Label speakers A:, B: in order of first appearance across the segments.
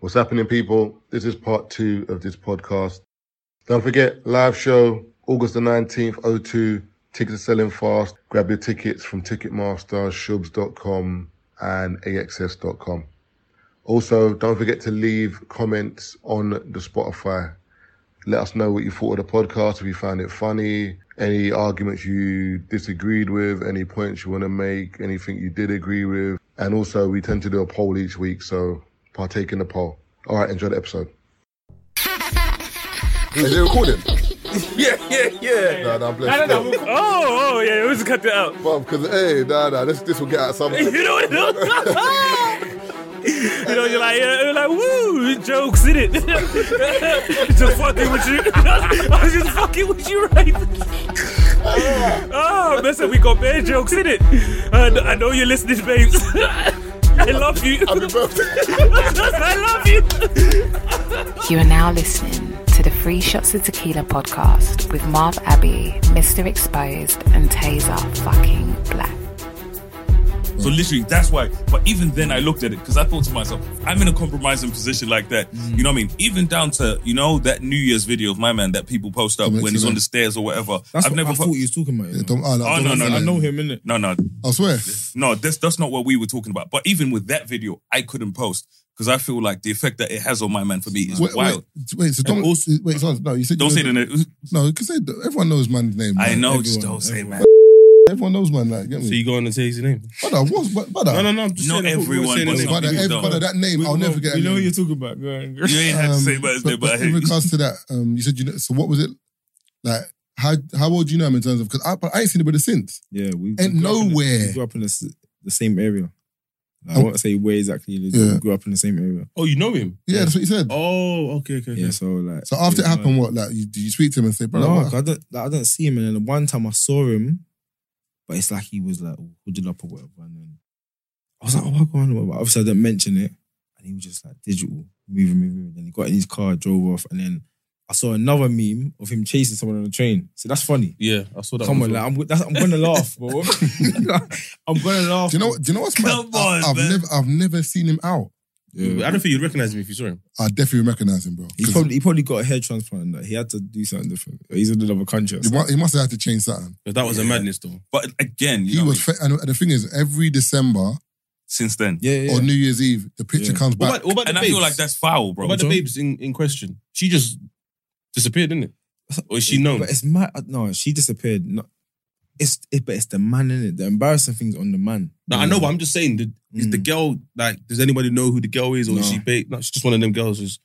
A: What's happening, people? This is part two of this podcast. Don't forget, live show, August the 19th, 02. Tickets are selling fast. Grab your tickets from Ticketmaster, shubs.com, and axs.com. Also, don't forget to leave comments on the Spotify. Let us know what you thought of the podcast, if you found it funny, any arguments you disagreed with, any points you want to make, anything you did agree with. And also, we tend to do a poll each week, so partake in the poll. All right, enjoy the episode. Is it recording?
B: Yeah, yeah, yeah.
A: Nah, nah, bless. No, no,
B: Oh, oh, yeah, we just cut that out.
A: because hey, nah, nah, this this will get out some.
B: You know what You know, you're like, yeah, you're like, woo, jokes in it. just fucking with you. I was just fucking with you, right? oh, listen, we got bad jokes in it. And I know you're listening, babes. I love you.
A: Happy birthday.
B: I love you.
C: You are now listening to the Free Shots of Tequila podcast with Marv Abbey, Mr. Exposed, and Taser fucking Black.
D: So literally, that's why. But even then, I looked at it because I thought to myself, I'm in a compromising position like that.
E: Mm.
D: You know what I mean? Even down to you know that New Year's video of my man that people post up
E: Come on,
D: when he's
E: tonight.
D: on the stairs or whatever.
F: That's
D: I've
F: what
D: never.
F: I
D: put-
F: thought he was talking about. you
E: Yeah,
F: know.
E: don't- ah,
D: Oh,
E: don't
D: no,
E: mess
D: no,
E: with
D: I
E: that.
F: I know him, innit?
D: no, no,
E: I swear.
D: no. That's that's not what we were talking about. But even with that video, I couldn't post because I feel like the effect that it has on my man for me is
E: Wait,
D: wild.
E: wait, wait, so don't
F: also-
E: wait, so, no, you said
D: Don't
E: you
D: say the
E: know-
D: name.
E: No, because everyone knows man's name.
D: I
E: man.
D: know,
E: everyone,
D: just don't say, man.
E: Everyone knows man. Like, get
F: So
E: me.
F: you go on and say his name?
E: Brother, what's but- brother?
F: No, no, no. I'm just
D: Not
F: saying, I thought
D: everyone,
F: We were
D: but
F: saying
D: some
F: the
E: Brother,
D: people
E: every-
D: don't.
E: brother, that name
F: name.
E: I'll
F: We-
E: never
F: we-
E: forget.
F: We
E: that
F: know
E: name. Um,
F: what you're talking about. Go on, go on.
D: You ain't had to say about his
E: but-
D: name, but I
E: but
D: hate
E: in
D: you.
E: regards to that, um, you said you know. So what was it like? How how old do you know him in terms of? Because I, but I ain't seen anybody since.
F: Yeah, we we
E: Ain't
F: grew up in the-
E: nowhere.
F: We grew up in the, s- the same area. Like, I
E: Oh.
F: won't say where exactly. you live,
E: Yeah.
F: but We grew up in the same area.
G: Oh, you know him?
E: Yeah, that's what you said.
G: Oh, okay, okay, okay.
F: Yeah, so like.
E: so after it
F: yeah,
E: happened, what like you, did you speak to him and say,
F: like-
E: brother?
F: No,
E: what-
F: 'cause I don't. Like, I don't see him, and then the one time I saw him, but it's like he was like all hooded up or whatever, and then I was like, oh my god, whatever. Obviously, I didn't mention it, and he was just like digital, moving, moving, moving. Then he got in his car, drove off, and then I saw another meme of him chasing someone on the train. So that's funny.
G: Yeah, I saw that.
F: Come on,
G: before.
F: like, I'm, that's, I'm gonna laugh, bro. I'm gonna laugh.
E: do you know? Do you know what's mad?
D: Come
E: I,
D: on,
E: have
D: man.
E: never I've never seen him out.
F: Yeah.
G: I don't think you'd recognize him if you saw him.
E: I definitely recognize him, bro.
F: He
E: 'Cause
F: probably, he probably got a hair transplant. and that. he had to do something different. He's in another country. or
E: he,
F: something.
E: mu- he must have had to change something.
G: 'Cause That was a madness, though.
D: But again, you
E: He
D: know what
E: was,
D: I mean?
E: fe- and the thing is, every December
D: since then,
F: Yeah, yeah.
A: Oh,
E: or
F: yeah.
E: New Year's Eve, the picture
F: Yeah.
E: comes
G: What
E: back.
G: about, what about
D: and
G: the
D: I feel
G: babes?
D: like that's foul, bro.
G: What about the
D: John?
G: babes in, in question? She just disappeared, didn't it? Or is she known?
F: But it's mad. uh, No, she disappeared. No, it's it, but it's the man in it. The embarrassing things on the man.
G: No, I know, but I'm just saying, did, is the
F: Mm.
G: girl like? Does anybody know who the girl is, or is
F: No.
G: she bait? No, she's just one of them girls. Who's,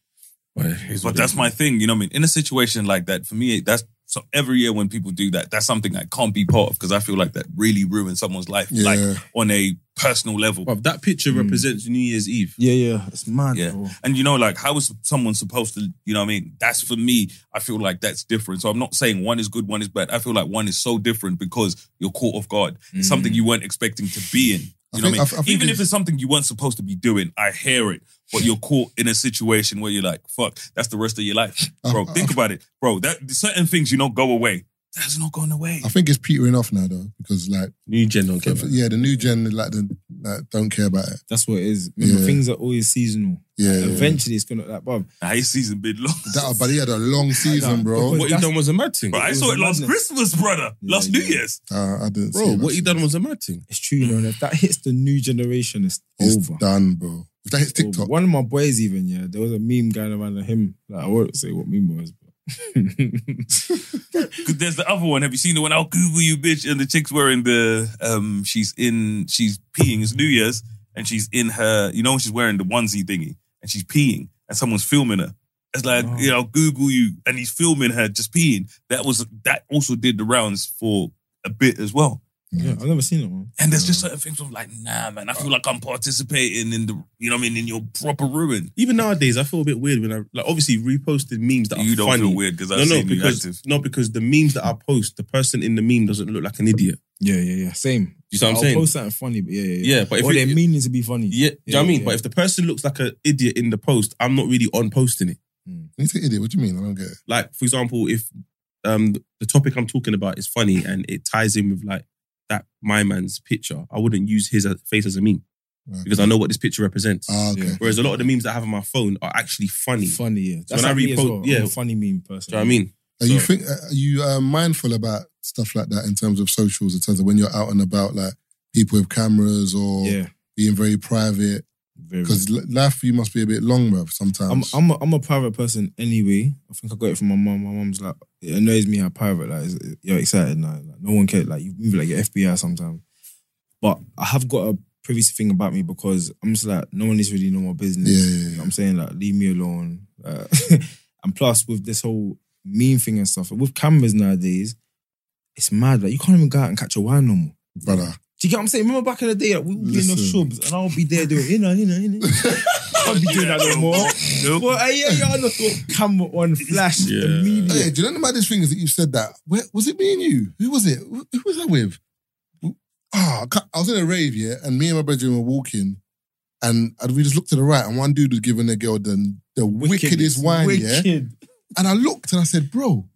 G: Well, it is what
D: But
G: it
D: that's
G: is.
D: my thing, you know what I mean? In a situation like that, for me, that's so every year when people do that, that's something I can't be part of because I feel like that really ruins someone's life,
E: Yeah.
D: like on a personal level.
G: Bruv, that picture
F: Mm.
G: represents New Year's Eve.
F: Yeah, yeah. It's mad.
D: Yeah.
F: bro.
D: And you know, like, how is someone supposed to, you know what I mean? That's for me, I feel like that's different. So I'm not saying one is good, one is bad. I feel like one is so different because you're caught off guard. It's something you weren't expecting to be in.
E: I
D: You know
E: think-
D: what I
E: I- I
D: mean?
E: think
D: Even if
E: it's-
D: it's something you weren't supposed to be doing, I hear it. But you're caught in a situation where you're like, fuck, that's the rest of your life. Bro,
E: I-
D: think about it. Bro, that certain things you know go away. That's not going away.
E: I think it's petering off now though, because like
G: New gen don't care.
E: if- yeah, the new gen like the like, don't care about it.
F: That's what it is. Remember,
E: Yeah.
F: things are always seasonal.
E: Yeah, yeah, yeah.
F: Eventually, it's gonna like, bruv.
D: Nah, his season been long.
E: That, uh, but he had a long season, bro.
F: because-
G: What he done was a mad thing,
D: Bro, I
F: was
D: saw it
F: a
D: last
F: madness.
D: Christmas, brother.
F: Yeah,
D: last New
F: yeah.
D: Year's.
E: Uh, I didn't see
G: bro.
E: it,
G: What he
E: that's-
G: done was a mad thing.
F: It's true, you know. If that hits the new generation, it's,
E: It's
F: over.
E: done, bro. If that hits
F: Over.
E: TikTok,
F: One of my boys, even yeah, there was a meme going around of him. Like, I won't say what meme it was, but
D: Because there's the other one. Have you seen the one? I'll Google you, bitch. And the chick's wearing the um, she's in, she's peeing. It's New Year's, and she's in her, you know, she's wearing the onesie thingy, and she's peeing, and someone's filming her. It's like,
F: Oh.
D: you know, I'll Google you, and he's filming her just peeing. That was that also did the rounds for a bit as well.
F: yeah, I've never seen that one.
D: And there's
G: Mm.
D: just certain things I'm like, nah, man. I feel like I'm participating in the, you know, what I mean, in your proper ruin.
G: Even nowadays, I feel a bit weird when I like obviously reposted memes that
D: You
G: are
D: don't
G: funny.
D: feel weird because I've
G: No, no,
D: seen you
G: because
D: active.
G: no, because the memes that I post, the person in the meme doesn't look like an idiot.
F: Yeah, yeah, yeah. Same.
G: You see what I'm
F: I'll
G: saying?
F: post something funny, but yeah, yeah, yeah.
G: Yeah, but if
F: or
G: it-
F: they're meaning to be funny.
G: Yeah, do you know what I mean?
F: yeah.
G: But if the person looks like an idiot in the post, I'm not really on posting it.
E: when you say idiot, what do you mean? I don't get it.
G: Like, for example, if um the topic I'm talking about is funny and it ties in with like that my man's picture, I wouldn't use his as- uh, face as a meme.
E: Right.
G: because I know what this picture represents.
E: Ah, okay.
F: Yeah.
G: Whereas a lot of the memes that I have on my phone are actually funny.
F: Funny, yeah. That's
G: when I
F: like me as
G: repost-
F: well. I'm
G: yeah.
F: a funny meme person.
G: Do you know what I mean?
E: Are you
G: So-
E: think are you uh, mindful about stuff like that in terms of socials, in terms of when you're out and about, like people with cameras or
F: Yeah,
E: being very private?
F: very.
E: Because l- life for you must be a bit long, bruv,
F: I'm
E: sometimes.
F: I'm a, I'm a private person anyway. I think I got it from my mum. My mum's like, it annoys me how private like is- you're excited now. Like, no one cares. Like you move like your FBI sometimes. But I have got a privacy thing about me because I'm just like no one is really know my business.
E: Yeah, yeah, yeah.
F: You know what I'm saying like leave me alone. Uh, and plus with this whole meme thing and stuff with cameras nowadays, it's mad. Like you can't even go out and catch a wine no more.
E: brother.
F: Do you get what I'm saying? Remember back in the day, like, we would be in the
E: Listen.
F: shubs and I'll be there doing, you know, you know, you know. I'll be doing that no more.
D: Nope.
F: Well, hey, yeah, yeah, I just thought camera on flash
G: Yeah.
F: immediately.
E: Hey, do you know the maddest thing is that you said that? Where was it? Me and you? Who was it? Who who was I with? Ah, I ca- I was in a rave, yeah, and me and my brethren were walking, and and we just looked to the right, and one dude was giving the girl the the wickedest wine, yeah.
F: Wicked.
E: And I looked and I said, bro,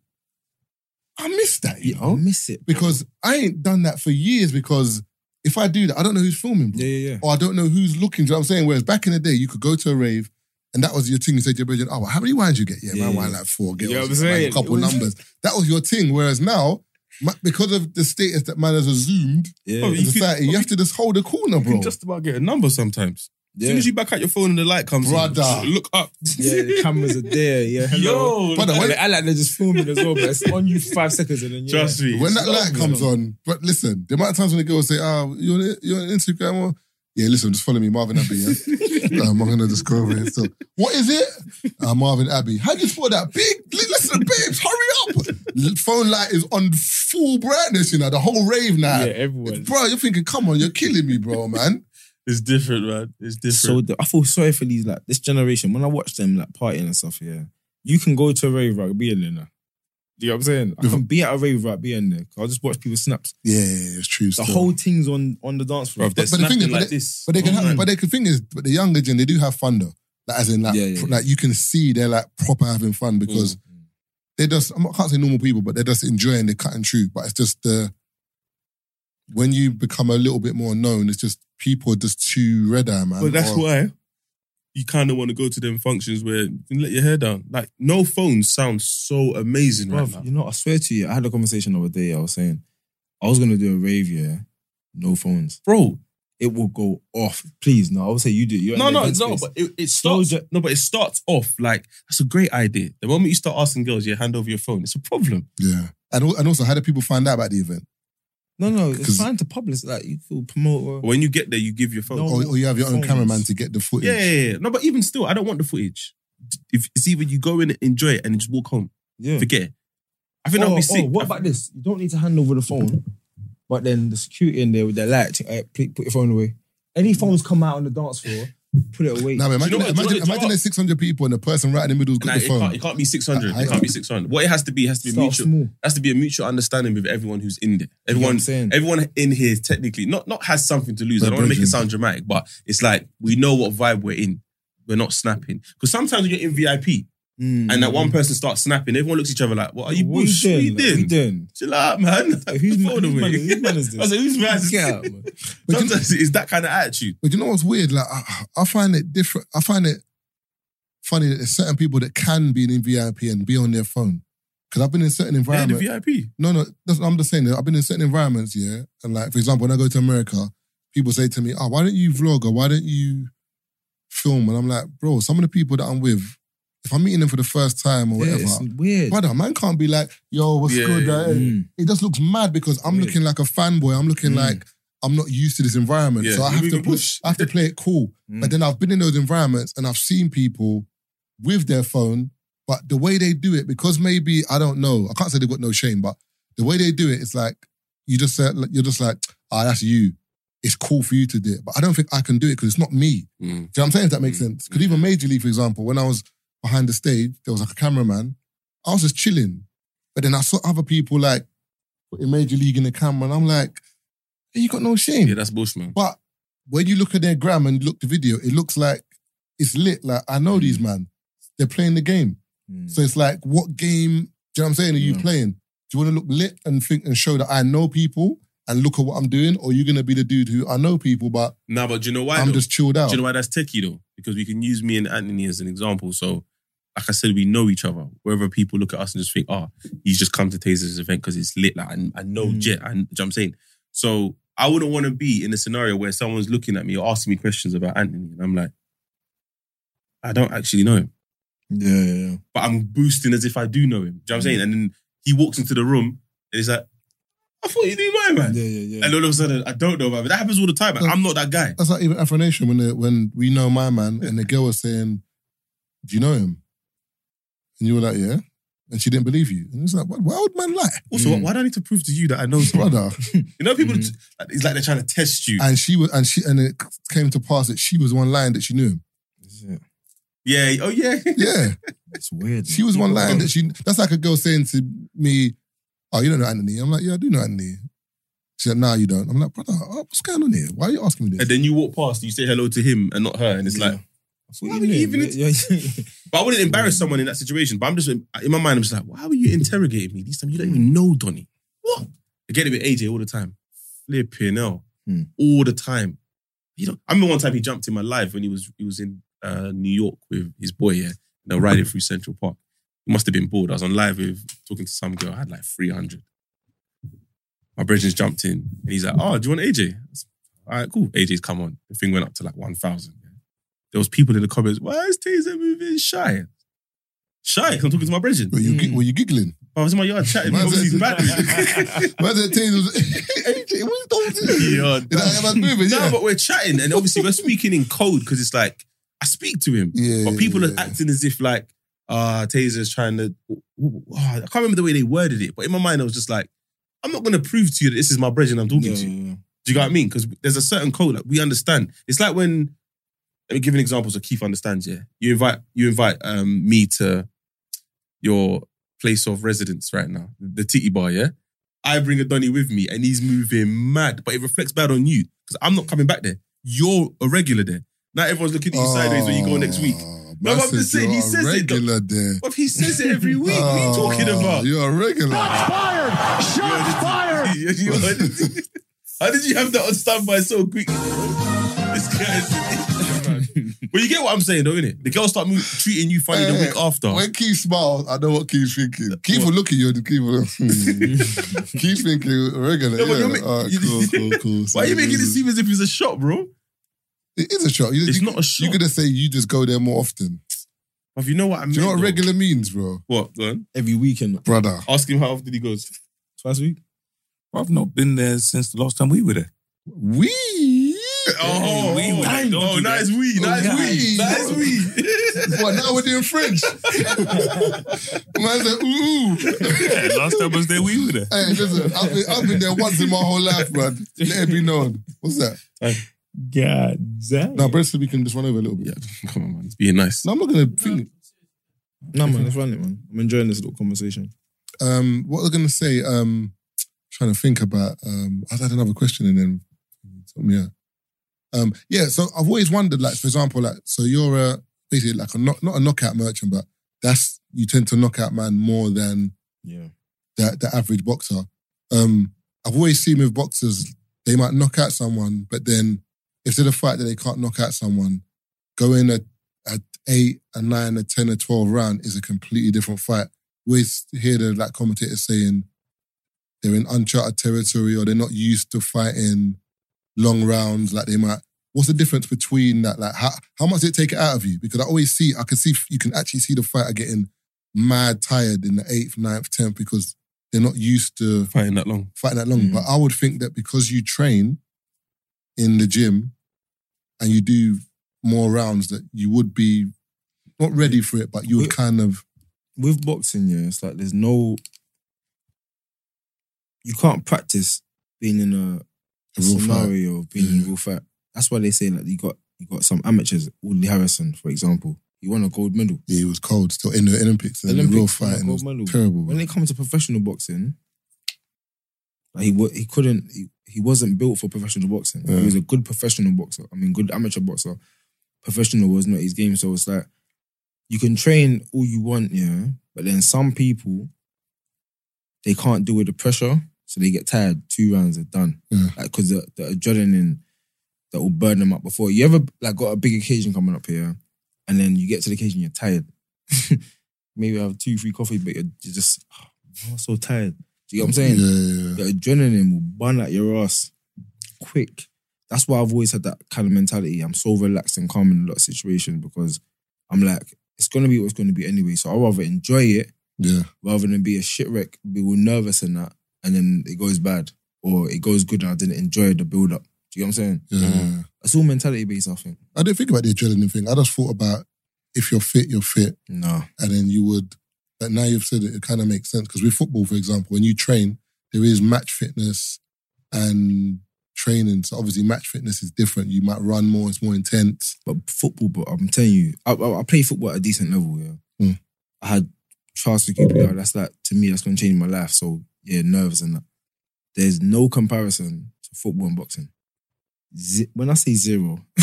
E: I missed that, you
F: Yeah, I
E: know?
F: miss it.
E: Because I ain't done that for years because if I do that, I don't know who's filming, bro.
F: Yeah, yeah, yeah.
E: Or I don't know who's looking. Do you know what I'm saying? Whereas back in the day, you could go to a rave and that was your thing. You said to your brethren, oh, well, how many wines you get? Yeah,
F: Yeah,
E: my
F: yeah.
E: wine like four girls.
F: You know what I'm
E: like,
F: saying?
E: a couple
F: It was-
E: numbers. That was your thing. Whereas now, ma- because of the status that man has assumed
F: Yeah.
G: Oh,
E: in
G: could-
E: society, you have to just hold a corner,
G: You
E: bro.
G: can just about get a number sometimes. As
F: yeah.
G: soon as you back out your phone and the light comes, on,
E: Brother.
G: just look up.
F: yeah, the cameras are there. Yeah, hello.
G: Yo,
E: Brother,
F: I
E: when-
F: like, I like they're just filming as well, but it's on you five seconds and then yeah.
G: trust me.
E: When that
G: It's-
E: light comes on, but listen, the amount of times when the girls say, "Ah, you're on, you're on Instagram," or yeah, listen, just follow me, Marvin Abbey. Yeah? um, I'm gonna just go over here. So, what is it? Uh, Marvin Abbey. How do you spell that? Big. li- Listen, babes, hurry up. L- Phone light is on full brightness. You know the whole rave now.
F: Yeah, everyone.
E: Bro, you're thinking, come on, you're killing me, bro, man.
G: It's different, man. It's
F: So
G: different.
F: the- I feel sorry for these like this generation. When I watch them like partying and stuff, yeah, you can go to a rave right, be in there. now. Do you know what I'm saying? I can be at a rave right, be in there. 'cause I just watch people snaps.
E: Yeah, yeah, it's true.
F: The
E: still.
F: whole thing's on on the dance floor.
G: Bruv, they're
E: But- but the thing
G: snapping
E: is, but
G: like
E: they-
G: this.
E: But they can,
G: Oh,
E: have,
G: man.
E: but they can. Thing is, but the younger gen, they do have fun though. Like, as in, like,
F: Yeah, yeah,
E: pr-
F: yeah.
E: like you can see they're like proper having fun because they just. I'm not- I can't say normal people, but they're just enjoying the cut and true. But it's just the when you become a little bit more known, it's just people are just too red eye, man. Oh,
G: But that's
E: Or-
G: why you kind of want to go to them functions where you can let your hair down. Like, no phone sounds so amazing
F: Bruv,
G: right now.
F: you know, I swear to you, I had a conversation the other day. I was saying, I was gonna do a rave, yeah, no phones.
G: Bro,
F: It will go off. Please, no, I would say you do. You're in
G: no,
F: the
G: no,
F: event
G: no,
F: space.
G: but it, it
F: No,
G: starts.
F: ju-
G: No, but it starts off like that's a great idea. The moment you start asking girls, you hand over your phone. It's a problem.
E: Yeah, and al- and also, how do people find out about the event?
F: no, no,
E: 'Cause-
F: it's fine to publish. Like you could promote.
G: But when you get there, you give your phone.
F: No.
E: Or, or you have your own
F: Phones.
E: cameraman to get the footage.
G: yeah, yeah, yeah. no, but even still, I don't want the footage. If it's either you go in, enjoy it, and just walk home,
F: yeah.
G: forget. it. I think that would be sick.
F: Hmm. Oh, what
G: I-
F: about this? You don't need to hand over the phone, but then the security in there with their light, uh, put put your phone away. Any phones come out on the dance floor, put it away.
E: Now,
G: know
E: imagine,
G: what- do you know what-
E: imagine,
G: do you know
E: imagine
G: what-
E: there's 600 people and the person right in the middle's got
G: Nah,
E: the
G: it,
E: phone.
G: can't, it can't be six hundred.
E: I-
G: It can't be six hundred. What it has to be it has to be
F: Start
G: mutual.
F: small.
G: It has to be a mutual understanding with everyone who's in there.
F: You know what
G: Everyone,
F: I'm saying?
G: everyone in here is technically not not has something to lose. I
E: We're
G: don't want to make it
E: bridging.
G: sound dramatic, but it's like we know what vibe we're in. We're not snapping because sometimes we get in VIP
F: Mm.
G: and that one person starts snapping. Everyone looks at each other like, "What are you
F: What
G: bush? What you
F: Like, what
G: doing? Chill out, man.
F: Like, who's man-
G: Phone
F: who's
G: away."
F: man- whose man is this?
G: I was like, "Who's man?"
F: Get out, man.
E: But you-
G: Sometimes it's that kind of attitude.
E: But you know what's weird? Like I, I find it different. I find it funny that there's certain people that can be in VIP and be on their phone. Because I've been in certain
G: Yeah, the
E: environments.
G: VIP.
E: no, no, that's, I'm just saying. that I've been in certain environments, yeah. And like, for example, when I go to America, people say to me, "Oh, why don't you vlog or why don't you film?" And I'm like, "Bro, some of the people that I'm with, if I'm meeting them for the first time or
F: Yeah,
E: whatever,
F: it's weird.
E: brother, man can't be like, yo, what's
G: Yeah,
E: good?"
G: yeah,
E: right?
F: Mm.
E: It just looks mad because I'm
F: Weird.
E: looking like a fanboy. I'm looking
F: Mm.
E: like I'm not used to this environment,
G: Yeah,
E: so I
G: you
E: have
G: move
E: to
G: and
E: pl-
G: push.
E: I have to play it cool.
F: Mm.
E: But then I've been in those environments and I've seen people with their phone, but the way they do it, because maybe I don't know, I can't say they've got no shame, but the way they do it, it's like you just said, you're just like, ah, that's you. It's cool for you to do it, but I don't think I can do it because it's not me.
G: Mm.
E: Do you know what I'm saying? If that makes
G: Mm.
E: sense. Because even Major League, for example, when I was behind the stage, there was like a cameraman. I was just chilling. But then I saw other people like in Major League in the camera, and I'm like, hey, you got no shame.
G: Yeah, that's bush, man.
E: but when you look at their gram and look the video, it looks like it's lit. Like, I
G: Hmm.
E: know these man. They're playing the game.
F: Mm.
E: So it's like,
G: Hmm.
E: what game, do you know what I'm saying, are you
F: Yeah.
E: playing? Do you want to look lit and think and show that I know people and look at what I'm doing, or you're gonna be the dude who I know people, but
G: Nah, but do you know why?
E: I'm
G: though?
E: just chilled out.
G: Do you know why that's techie though? Because we can use me and Anthony as an example. So, like I said, we know each other. Wherever people look at us and just think, "Ah, he's just come to Taser's event because it's lit." Like I, I know
E: Hmm.
F: Mm.
G: Jet. I, do you know what I'm saying. So I wouldn't want to be in a scenario where someone's looking at me or asking me questions about Anthony, and I'm like, I don't actually know him,
F: Yeah, yeah, yeah.
G: but I'm boosting as if I do know him. Do you know what
E: Hmm.
G: I'm saying? And then he walks into the room and he's like, "I thought you knew my man."
F: Yeah, yeah, yeah.
G: And all of a sudden, I don't know, man. That happens all the time. man. I'm not that guy.
E: That's like even Afro Nation when they, when we know my man and the girl was saying, "Do you know him?" And you were like, "Yeah," and she didn't believe you. And it's like, why, why would man lie,
G: Also, why do I need to prove to you that I know someone?
E: brother?
G: You know, people. like, It's like they're trying to test you.
E: and she was, and she, and it came to pass that she was one lying that she knew him.
F: That's it.
G: yeah. Oh yeah.
E: Yeah,
F: It's weird.
E: she was one lying that she. That's like a girl saying to me, "Oh, you don't know Anthony." I'm like, "Yeah, I do know Anthony." She's like, "Nah, you don't." I'm like, "Brother, oh, what's going on here? Why are you asking me
G: And
E: this?"
G: then you walk past, and you say hello to him and not her, and it's
F: Yeah.
G: like.
F: I thought
G: Why
F: you
G: would you
F: knew,
G: even-
F: but- Yeah, yeah.
G: But I wouldn't embarrass someone in that situation. But I'm just in my mind. I'm just like, why were you interrogating me? These times you don't even know Donny. What? I get it with AJ all the time. Flipping hell,
F: Hmm.
G: all the time. You know, I remember one time he jumped in my life when he was he was in uh, New York with his boy. Yeah, and they're riding through Central Park. He must have been bored. I was on live with talking to some girl. I had like 300. My brethren's jumped in and he's like, oh, do you want AJ? I was, all right, cool. AJ's come on. The thing went up to like 1,000. yeah. There was people in the comments, why is Taser moving shy? Shy, 'cause I'm talking to my brethren.
E: Were you, gi- were you giggling?
G: I was in my yard chatting.
E: Man's
G: Obviously, he's
E: like-
G: mad.
E: Why did it tell you- AJ, what are you doing?
G: Yeah,
E: Is that how man's moving?
G: No,
E: Yeah.
G: but we're chatting and obviously we're speaking in code because it's like, I speak to him.
E: Yeah,
G: But
E: yeah,
G: people
E: yeah.
G: are acting as if like, ah, Taser's trying to. oh, I can't remember the way they worded it, but in my mind, I was just like, I'm not going to prove to you that this is my brethren I'm talking
F: Yeah,
G: to.
F: yeah, yeah.
G: Do you get what I mean? Because there's a certain code that we understand. It's like when let me give an example so Keith understands. Yeah, you invite you invite um, me to your place of residence right now, the Titty Bar. Yeah, I bring a Donny with me, and he's moving mad, but it reflects bad on you because I'm not coming back there. You're a regular there. Now everyone's looking
E: Oh,
G: at you sideways when you go next week.
E: No,
G: I'm just saying, he says it, though.
E: regular there.
G: But he says it every week. what are you talking
E: Oh,
G: about?
E: You're a regular.
G: Shots fired! How did you have that on standby so quickly? This guy is. but you get what I'm saying, though, innit? The girls start mo- treating you funny the
E: Hey,
G: week after.
E: When Keith smiles, I know what Keith's thinking. Keith will look at you and Keith will Keith thinking regular.
G: No, but
E: yeah.
G: you're ma-
E: All right, cool, cool, cool.
G: Why are you making it seem as if it's a shot, bro?
E: It is a shot. You,
G: It's
E: you,
G: not a shot.
E: You're gonna say you just go there more often.
G: But you know what I mean?
E: Do you know what regular means, bro?
G: What? Go on.
F: Every weekend,
E: Brother.
G: Ask him how often he goes.
F: twice a week.
D: I've not been there since the last time we were there.
E: We
G: Oh,
D: we would.
G: nice.
D: Don't
G: oh,
D: do
G: nice we, nice
E: Oh,
G: we,
E: we.
G: nice we.
E: What now we're doing French? Man said, ooh.
D: Yeah, last time I was there, we were there.
E: Hey, listen, I've been, I've been there once in my whole life, man. Let it be known. What's that?
F: God damn.
E: Now, Brentford, we can just run over a little bit.
G: Come on, man, it's being nice.
E: No, I'm not going to think.
F: No, man, let's run it, man. I'm enjoying this little conversation.
E: Um, what was I going to say? Um, trying to think about. Um, I had another question and then you took me out. Um, yeah, so I've always wondered, like, for example, like, so you're a, basically like a knock, not a knockout merchant, but that's, you tend to knock out man more than
F: Yeah.
E: the, the average boxer. Um, I've always seen with boxers, they might knock out someone, but then if there's a fight that they can't knock out someone, going a, a eight, a nine, a ten, a twelve round is a completely different fight. We always hear the like commentators saying they're in uncharted territory or they're not used to fighting long rounds. Like they might. What's the difference between that? Like how how much does it take it out of you? Because I always see, I can see you can actually see the fighter getting mad tired in the eighth, ninth, tenth because they're not used to
G: Fighting that long.
E: fighting that long.
F: Mm.
E: But I would think that because you train in the gym and you do more rounds, that you would be not ready for it, but you would
F: Yeah.
E: kind of
F: With boxing, yeah, it's like there's no. You can't practice being in a,
E: A real
F: scenario of being in a real fight. That's why they say like you got you got some amateurs. Woodley Harrison, for example, he won a gold medal.
E: yeah, he was cold still in the Olympics and in the real
F: Olympics, won a
E: fight and it
F: gold
E: was
F: medal.
E: terrible.
F: When it comes to professional boxing, like he wa- he couldn't he, he wasn't built for professional boxing.
E: Yeah.
F: He was a good professional boxer. I mean, good amateur boxer. Professional was not his game. So it's like you can train all you want, yeah, but then some people they can't deal with the pressure. So they get tired. Two rounds are done.
E: Yeah.
F: Like because the, the adrenaline that will burn them up before you ever like got a big occasion coming up here, and then you get to the occasion you're tired. Maybe have two, three coffees, but you're, you're just oh, I'm so tired. Do you get what I'm saying?
E: Yeah, yeah, yeah.
F: The adrenaline will burn out your ass quick. That's why I've always had that kind of mentality. I'm so relaxed and calm in a lot of situations because I'm like, it's gonna be what it's gonna be anyway. So I'd rather enjoy it
E: Yeah.
F: rather than be a shit wreck, be all nervous and that, and then it goes bad or it goes good and I didn't enjoy the build up. Do you know what I'm saying?
E: Yeah.
F: It's all mentality based, I think.
E: I didn't think about the adrenaline thing. I just thought about if you're fit, you're fit.
F: Nah.
E: and then you would. But now you've said it, it kind of makes sense because with football, for example, when you train, there is match fitness and training. So obviously, match fitness is different. You might run more; it's more intense.
F: But football, bro, I'm telling you, I, I, I play football at a decent level, yeah.
E: Mm.
F: I had trials for QPR. That's like, to me, that's going to change my life. So, yeah, nerves and that. There's no comparison to football and boxing. Ze- when I say zero,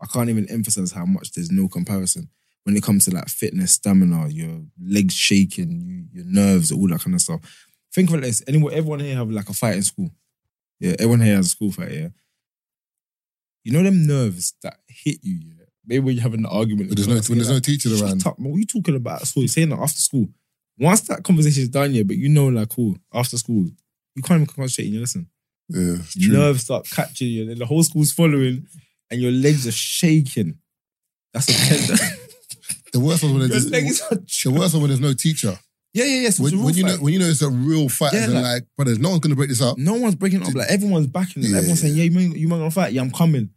F: I can't even emphasize how much there's no comparison. When it comes to like fitness, stamina, your legs shaking, you, your nerves, all that kind of stuff. Think of it like this. Anyone, everyone here have like a fight in school. Yeah, everyone here has a school fight, yeah. You know them nerves that hit you, yeah? Maybe when you're having an argument.
E: But there's no
F: Like,
E: when there's no
F: like,
E: teacher around.
F: Shut up, man. What are you talking about? So you're saying that after school. Once that conversation is done, yeah, but you know, like, cool, after school, you can't even concentrate in your lesson.
E: Yeah, it's
F: Your
E: true.
F: Nerves start catching you, and then the whole school's following, and your legs are shaking. That's a tender.
E: The worst one when
F: your
E: there's
F: legs are.
E: the worst one when there's no teacher.
F: Yeah, yeah, yeah. So it's a real
E: When, when you know
F: fight.
E: when you know it's a real fight,
F: Yeah,
E: and like, like brothers, no one's gonna break this up.
F: no one's breaking up. Like everyone's backing. it.
E: Yeah.
F: Everyone's saying, "Yeah, you might, you might gonna fight. Yeah, I'm coming."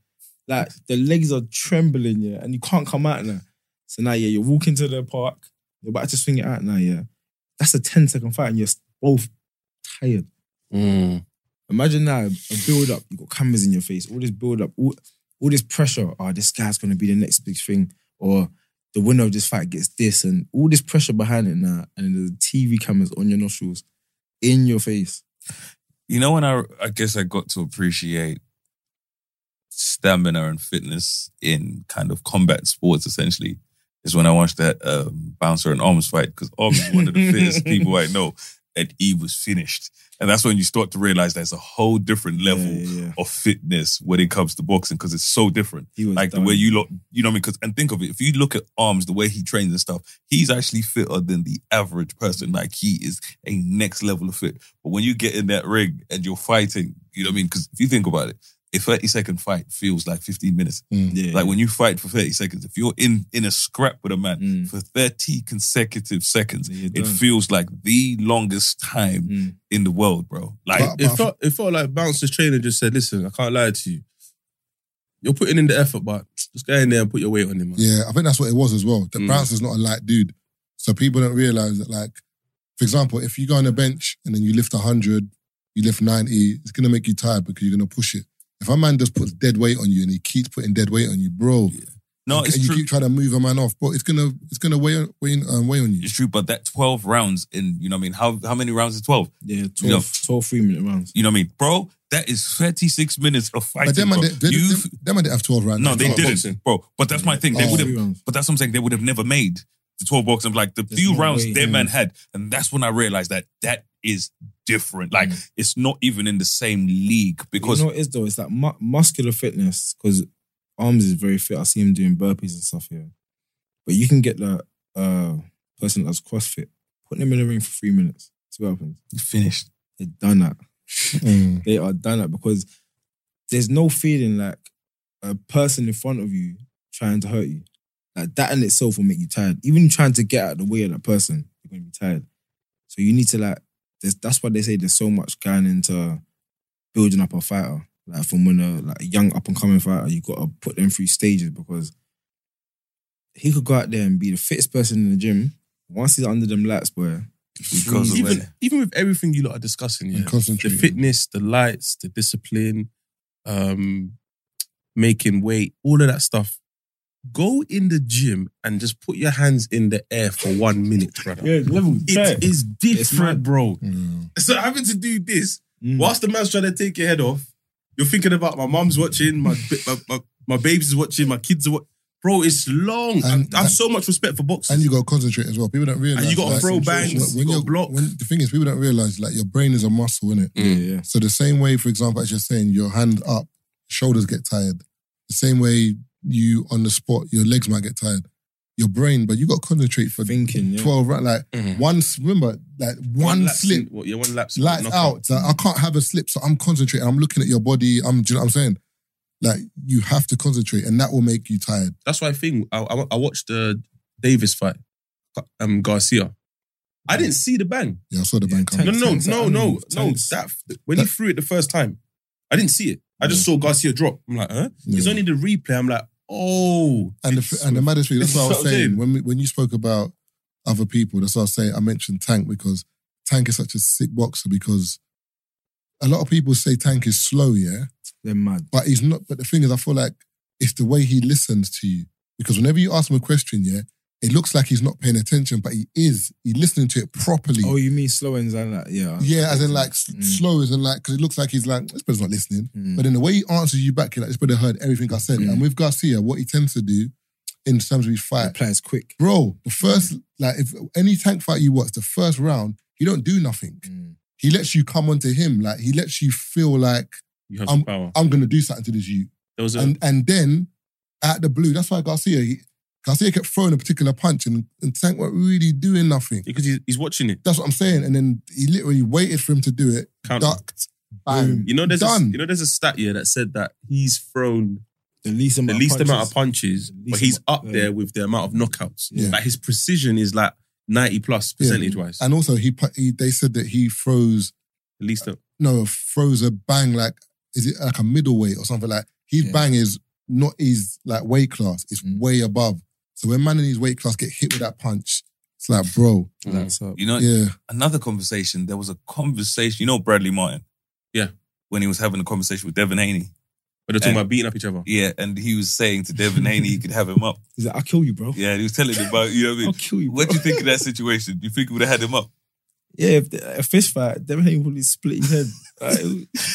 F: Like the legs are trembling, yeah, and you can't come out now. So now, yeah, you're walking to the park. You're about to swing it out now, yeah. That's a 10 second fight, and you're both tired. Imagine now a build up. You got cameras in your face. All this build up. All, all this pressure. Oh, this guy's gonna be the next big thing, or the winner of this fight gets this, and all this pressure behind it now, and the TV cameras on your nostrils, in your face.
D: You know when I I guess I got to appreciate stamina and fitness in kind of combat sports essentially is when I watched that um, bouncer and arms fight because arms is one of the fittest people I know and he was finished and that's when you start to realize there's a whole different level
F: Yeah, yeah, yeah.
D: of fitness when it comes to boxing because it's so different
F: He was
D: like the
F: done.
D: way you look you know what I mean because and think of it if you look at arms the way he trains and stuff he's actually fitter than the average person like he is a next level of fit but when you get in that ring and you're fighting you know what I mean because if you think about it a 30 second fight feels like 15 minutes
E: Mm.
F: Yeah.
D: like when you fight for 30 seconds if you're in in a scrap with a man
F: Mm.
D: for 30 consecutive seconds
E: Mm.
F: Yeah, you're
D: it
F: done.
D: feels like the longest time
F: Mm.
D: in the world bro like
E: But-
G: It felt, it felt like Bouncer's trainer just said, listen, I can't lie to you. You're putting in the effort, but just go in there and put your weight on him. Man.
E: Yeah, I think that's what it was as well. The
G: Mm.
E: bouncer's not a light dude. So people don't realize that, like, for example, if you go on a bench and then you lift 100, you lift 90, it's going to make you tired because you're going to push it. If a man just puts dead weight on you and he keeps putting dead weight on you, bro,
D: no
E: and
D: it's
E: you
D: true
E: keep trying to move a man off, bro, it's going to it's gonna weigh, on- weigh, on- um, weigh on you.
D: it's true but that 12 rounds in you know what I mean how how many rounds is 12
F: Yeah, 12,
D: You know-
F: 12 three minute rounds.
D: you know what I mean bro that is 36 minutes of fighting
E: But them
D: bro.
E: man, they, they,
D: You-
E: them, them man didn't have 12 rounds.
D: no they
E: Come on,
D: didn't
E: boxing.
D: bro but that's my thing they
E: Oh.
D: would have
F: Three rounds.
D: But that's what I'm saying. They would have never made the 12 box. I'm like, the
F: There's
D: few
F: no
D: rounds
F: way, Mm.
D: their
F: yeah.
D: man had. And that's when I realized that that is different. Like,
F: Mm.
D: it's not even in the same league because,
F: you know what it is though? It's like mu- muscular fitness because arms is very fit. I see him doing burpees and stuff here. But you can get that uh, person that's CrossFit, put them in the ring for three minutes. See what happens.
D: you finished.
F: They're done that.
E: Mm.
F: They are done that because there's no feeling like a person in front of you trying to hurt you. Like that in itself will make you tired. Even trying to get out of the way of that person, you're going to be tired. So you need to like. There's, that's why they say there's so much going into building up a fighter. Like from when a like a young up and coming fighter, you got to put them through stages because he could go out there and be the fittest person in the gym. Once he's under them lights, boy,
D: Because of
G: Even,
D: it.
G: even with everything you lot are discussing, yeah,
E: And concentrate.
G: the fitness, the lights, the discipline, um, making weight, all of that stuff. Go in the gym and just put your hands in the air for one minute, brother.
F: level.
G: It is
F: mad.
G: different, bro.
E: Mm.
G: So having to do this Whilst the man's trying to take your head off, you're thinking about my mum's watching, my my, my, my babes is watching, my kids are watching. Bro, it's long. I-
E: And-
G: I have
E: and-
G: so much respect for boxers.
E: And you got to concentrate as well. People don't realize.
G: And you gotta
E: like,
G: throw bangs,
E: When,
G: you gotta
E: you're-
G: block.
E: When, the thing is, people don't realize like your brain is a muscle, innit? it?
F: Yeah, yeah.
E: So the same way, for example, as you're saying, your hand up, shoulders get tired. The same way you on the spot, your legs might get tired. Your brain, but you got to concentrate for
F: Thinking, yeah.
E: twelve. Right, like
G: Mhm.
E: one. s- Remember, like one,
G: lap
E: slip,
G: in- what, yeah, one lap slip,
E: lights
G: knockout.
E: out. Like, I can't have a slip, so I'm concentrating. I'm looking at your body. I'm, do you know what I'm saying? Like you have to concentrate, and that will make you tired.
G: That's why I think I, I, I watched the Davis fight, um, Garcia. I didn't see the bang.
E: Yeah, I saw the
F: Yeah,
E: bank
F: tense.
E: coming.
G: No, no,
F: Tense,
G: no,
E: um,
F: that
G: no,
F: animal,
G: no.
F: tense.
G: That when he threw it the first time, I didn't see it. I just saw Garcia drop. I'm like, huh? It's
E: Yeah.
G: only the replay. I'm like, oh.
E: And the,
G: it's-
E: and the maddest thing, that's what I was
G: It's so
E: saying.
G: deep.
E: When, we, when you spoke about other people, that's what I was saying. I mentioned Tank because Tank is such a sick boxer because a lot of people say Tank is slow, yeah?
F: They're mad.
E: But he's not. But the thing is, I feel like it's the way he listens to you. Because whenever you ask him a question, yeah, it looks like he's not paying attention, but he is. He's listening to it properly.
F: Oh, you mean slow and Zan? Like, yeah.
E: yeah, as in like s
F: Mm.
E: slow, as in like, because it looks like he's like, this brother's not listening.
F: Mm.
E: But then the way he answers you back, you're like, this brother heard everything I said.
F: Mm.
E: And with Garcia, what he tends to do in terms of his
F: He
E: fight,
F: plays quick.
E: bro, the first like if any tank fight you watch, the first round, he don't do nothing.
D: Hmm.
F: Mm.
E: He lets you come onto him, like he lets you feel like
G: You have some power.
E: I'm gonna do something to this you,
G: There was a
E: um, and and then out the blue, that's why Garcia he, Garcia kept throwing a particular punch, and, and Tank weren't really doing nothing.
G: because he's, he's watching it.
E: That's what I'm saying, and then he literally waited for him to do it,
G: Count.
E: ducked, bang.
G: You know, there's a,
E: Done.
G: you know, there's a stat here that said that he's thrown
F: The least
G: the
F: amount.
G: least
F: punches.
G: amount of punches,
F: The least
G: but he's
F: amount-
G: up
F: yeah.
G: there with the amount of knockouts.
E: Yeah.
G: Like his precision is like ninety plus
E: Yeah.
G: percentage wise.
E: And also, he, pu- he they said that he froze
G: At least the,
E: no throws a bang like is it like a middleweight or something like his
F: Yeah.
E: bang is not his like weight class it's
F: Mm.
E: way above so when man in his weight class get hit with that punch it's like bro
F: That's up.
D: You know,
E: yeah
D: another conversation. There was a conversation. You know Bradley Martin.
G: Yeah.
D: When he was having a conversation with Devin Haney.
G: but they're talking
D: And-
G: about beating up each other.
D: Yeah, and he was saying to Devin Haney he could have him up.
F: He's like, I'll kill you, bro.
D: Yeah, and he was telling him about you know what I
F: I'll
D: mean.
F: kill you. Bro.
D: What do you think of that situation? Do you think he would have had him up?
F: Yeah, if the, a fist fight, Devin Haney probably split his head.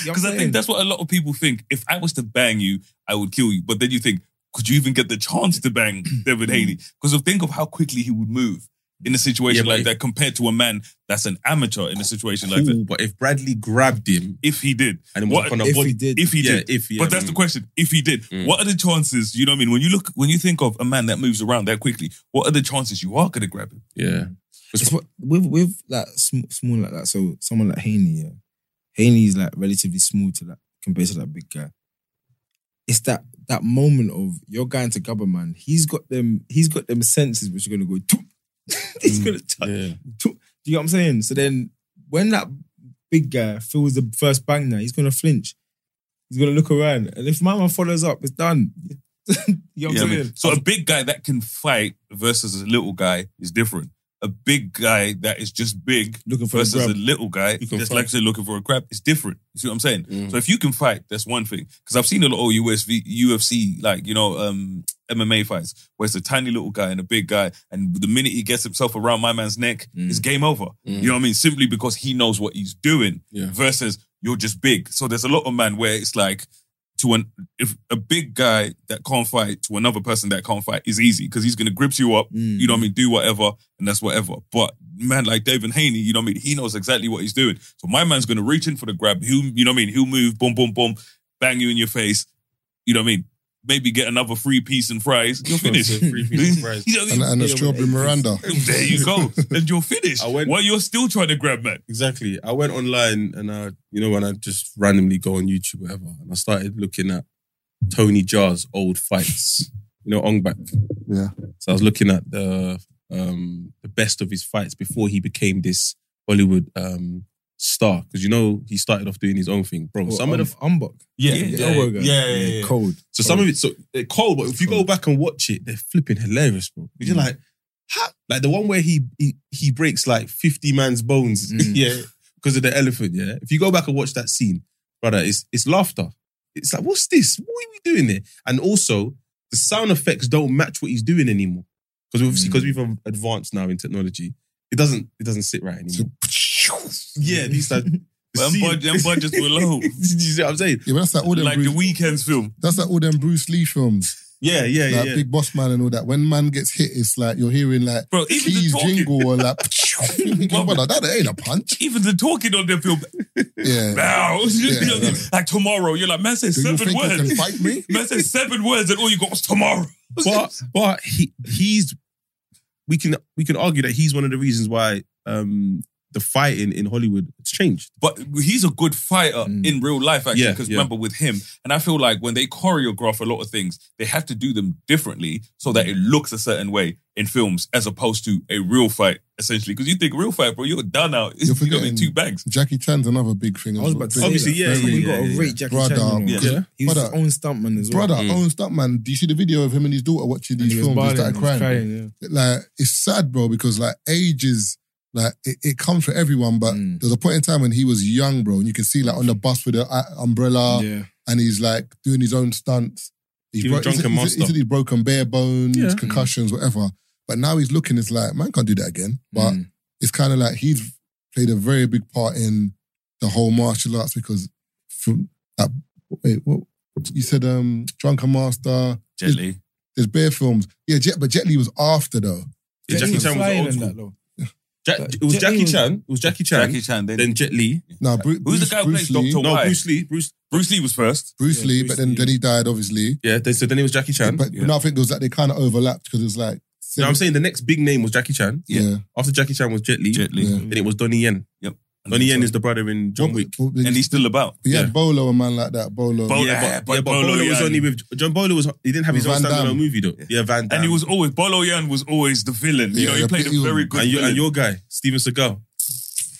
D: Because I think that's what a lot of people think. If I was to bang you, I would kill you. But then you think, could you even get the chance to bang Devin Haney? Because think of how quickly he would move in a situation
G: Yeah, but
D: like
G: if-
D: that compared to a man that's an amateur in a situation like that.
G: Cool, but if Bradley grabbed him
D: If he did,
G: and it was
D: What
G: upon a
F: if
G: body,
F: he did.
D: if he
G: yeah,
D: did,
G: if yeah,
D: but that's the
G: mm.
D: question. If he did,
G: Mm.
D: what are the chances? You know what I mean? When you look, when you think of a man that moves around that quickly, what are the chances you are going to grab him?
G: Yeah,
F: It's what, with with like sm- small like that. So someone like Haney, yeah, Haney's like relatively small to that compared to that big guy. It's that that moment of you're going to grab a man. He's got them. He's got them senses which are gonna go. Toop. he's gonna
D: Mm.
F: touch.
G: yeah.
F: toop. Do you know what I'm saying? So then when that big guy feels the first bang, now he's gonna flinch. He's gonna look around, and if my man follows up, it's done. you know what
D: Yeah, I
F: I'm
D: mean,
F: saying?
D: so a big guy that can fight versus a little guy is different. A big guy that is just big
F: Looking for a
D: versus a,
F: grab.
D: little guy,
G: You can
D: just
G: fight.
D: like I said, looking for a grab, is different. You see what I'm saying?
G: Mm.
D: So if you can fight, that's one thing. Because I've seen a lot of USV, UFC, like you know, um, MMA fights where it's a tiny little guy and a big guy, and the minute he gets himself around my man's neck,
F: Mm.
D: it's game over. You
G: Mm.
D: know what I mean? Simply because he knows what he's doing.
G: Yeah.
D: Versus you're just big. So there's a lot of man where it's like to an if a big guy that can't fight to another person that can't fight is easy because he's gonna grip you up.
F: Mm.
D: You know what I mean? Do whatever, and that's whatever. But man, like David Haney, you know what I mean? He knows exactly what he's doing. So my man's gonna reach in for the grab. He'll, you know what I mean? He'll move, boom, boom, boom, bang you in your face. You know what I mean? Maybe get another free piece and fries. You're finished.
G: Free piece of fries.
D: you know what I
E: and,
D: mean?
E: and a
F: Yeah,
E: strawberry
F: but-
E: Miranda
D: There you go, and you're finished.
G: I went-
D: While you're still trying to grab man.
G: Exactly. I went online and I, you know, when I just randomly go on YouTube, whatever, and I started looking at Tony Jar's old fights. you know, Ong Bak.
E: Yeah.
G: So I was looking at the um the best of his fights before he became this Hollywood um star. Because you know, he started off doing his own thing. Bro,
F: Or
G: some of the
F: um, Umbok.
G: Oh, yeah,
F: the elbow guy. Cold.
G: So
D: Oh.
G: some of it, so they're cold, but if you go
F: Cold.
G: back and watch it, they're flipping hilarious, bro. You're
F: Mm.
G: like, ha! like the one where he he, he breaks like 50 man's bones,
F: Mm.
G: yeah, because of the elephant, yeah. If you go back and watch that scene, brother, it's it's laughter. It's like, what's this? What are we doing there? And also, the sound effects don't match what he's doing anymore because obviously
F: Mm.
G: because we've um, advanced now in technology, it doesn't it doesn't sit right anymore. yeah, these are. the
D: Them
G: scene-
D: bud- them budgets were low.
G: you see what I'm saying?
E: yeah but that's like all them
D: like
E: Bruce,
D: the weekend's film.
E: that's like all them Bruce Lee films
D: Yeah, yeah, yeah.
E: like
D: yeah.
E: Big Boss Man and all that. When man gets hit, it's like you're hearing like
D: Bro, even the
E: keys
D: talking.
E: jingle or like. Brother, that ain't a punch.
D: Even the talking on the film,
E: Yeah.
D: now,
E: Yeah, yeah.
D: like tomorrow, you're like, man said
E: Do you
D: seven
E: think you
D: words.
E: can fight me?
D: Man said seven words, and all you got was tomorrow.
G: but but he he's we can we can argue that he's one of the reasons why um the fighting in Hollywood it's changed.
D: But he's a good fighter
F: Mm.
D: in real life, actually.
G: Yeah,
D: Because
G: yeah.
D: remember, with him, and I feel like when they choreograph a lot of things, they have to do them differently so that it looks a certain way in films as opposed to a real fight, essentially. Because you think real fight, bro, you're done out. It's, you
E: You're
D: got me
E: forgetting-
D: two bags.
E: Jackie Chan's another big thing.
F: I was about to
E: Big-
F: say
G: Obviously,
F: that.
G: yeah,
F: Remember,
G: yeah,
F: we
G: yeah,
F: got to
G: yeah.
F: rate Jackie
E: Brother,
F: Chan. you know.
E: yeah.
F: He was his
E: Brother.
F: own stuntman as well.
E: Brother,
F: Mm.
E: Owen Stuntman, do you see the video of him and his daughter watching
F: And he
E: these
F: was
E: films? They
F: bawling,
E: started
F: he
E: crying.
F: was crying.
E: Like, it's sad, bro, because like ages, like it, it comes for everyone. But
F: Mm.
E: there's a point in time when he was young, bro, and you can see like on the bus with the uh, umbrella
F: Yeah. yeah.
E: and he's like doing his own stunts. He's
G: He was
E: he's-
G: drunken
E: he's-
G: master.
E: He's, he's broken bare bones,
G: Yeah.
E: concussions, whatever. But now he's looking, it's like, man can't do that again. But
F: Mm.
E: it's kind of like he's played a very big part in the whole martial arts because from that, wait, what? You said um, Drunken Master,
D: Gently.
E: there's bear films. Yeah, Jet, but Jet Li was after though.
G: Yeah, Jackie
F: He
G: Chan was
F: flying
G: old
F: in
G: school.
F: that, though.
G: Jack, it was
F: Jet Li
G: Jackie
F: was-
G: Chan. It was Jackie Chan.
D: Jackie Chan. Then,
G: Then Jet Li.
E: Now, Bruce,
D: who's the guy who
E: Bruce
D: plays
E: Lee,
D: Dr.
G: No,
D: Why?
G: Bruce Lee. Bruce.
D: Bruce Lee was first.
E: Bruce
F: Yeah,
E: Lee,
F: Bruce
E: but then,
F: Lee.
E: then he died, obviously.
G: Yeah. Then, so then it was Jackie Chan.
E: But,
D: Yeah.
E: but now I think it was that they kind of overlapped because it was like,
G: now I'm saying the next big name was Jackie Chan.
E: yeah.
G: After Jackie Chan was Jet Li.
D: Jet Li.
E: Yeah.
G: Then it was Donnie Yen.
D: And
G: Donnie
D: then-
G: Yen is the brother in John Wick.
E: Well, they-
D: And he's still about.
E: we
G: yeah.
E: had Bolo, a man like that,
D: Bolo.
E: Bolo.
G: yeah, but,
D: Oh, Yeah,
G: yeah,
D: but
G: but,
D: Bolo
G: Bolo was
D: Yan.
G: only with John Bolo was he didn't have his own
E: Van
G: standalone
E: Damme.
G: movie though. Yeah, Van Damme.
D: And he was always, Bolo Yan was always Um, the villain. you
E: Yeah,
D: know, he
E: yeah,
D: played a
E: he was-
D: very good
G: and, you,
D: villain.
G: and your guy Steven Seagal.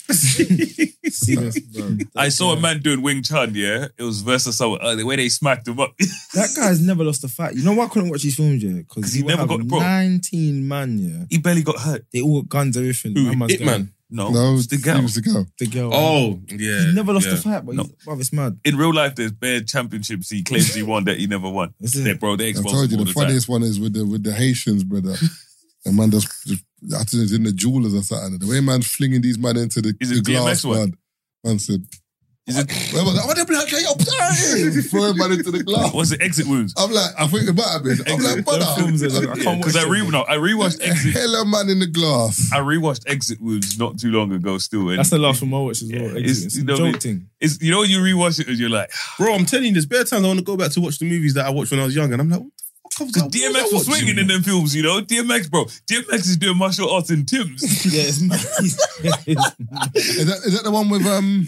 F: Yes, bro.
D: I saw a man doing Wing Chun, yeah. It was versus someone. Uh, the way they smacked him up.
F: That guy's never lost a fight. You know why I couldn't watch his films, yeah?
D: 'Cause
F: Because
D: he never got- bro.
F: 19 man, yeah.
D: he barely got hurt.
F: They all got guns, everything.
G: Who,
F: My man's
G: Ip
F: got
G: Man?
D: No,
E: No,
D: it's the girl.
E: Steven Seagal.
F: The girl.
G: Oh, yeah.
F: He never lost
G: yeah.
F: a fight, but
D: No.
F: he's, bruv, it's mad.
D: In real life, there's bare championships he claims he won that he never won.
F: That's
D: Yeah,
F: it.
D: bro, they
E: I
D: expose
E: told you
D: him all
E: the,
D: the time.
E: funniest one is with the with the Haitians, brother. The man just, just I think it's in the jewelers or something. The way man's flinging these man into the,
D: Is
E: the
D: it
E: glass,
D: DMX one?
E: man. Man said,
D: Is it,
E: "Where was that? What the bloody hell you playing?" Throwing man into the glass.
D: what's the exit wounds?
E: I'm like, I think about it. I'm like,
F: films are
E: brother,
F: like- I can't
D: Because I,
F: watch
D: re-
F: it.
D: no, I rewatched
E: a
D: exit.
E: hella man in the glass.
D: I rewatched Exit Wounds not too long ago. Still, and
F: That's the last one I watched as
D: Yeah,
F: well. Exit.
D: it's-
F: It's
D: you
F: a
D: know what I mean?
F: joke thing.
D: it's, you know when you rewatch it and you're like,
G: Bro, I'm telling you, there's bare times I want to go back to watch the movies that I watched when I was young, and I'm like, what the fuck? I was
D: because
G: like, what
D: DMX
G: I
D: was
G: watching?
D: swinging in them films. You know, DMX, bro, DMX is doing martial arts in Tim's.
F: Yeah, it's mad. It's mad.
E: Is that is that the one with um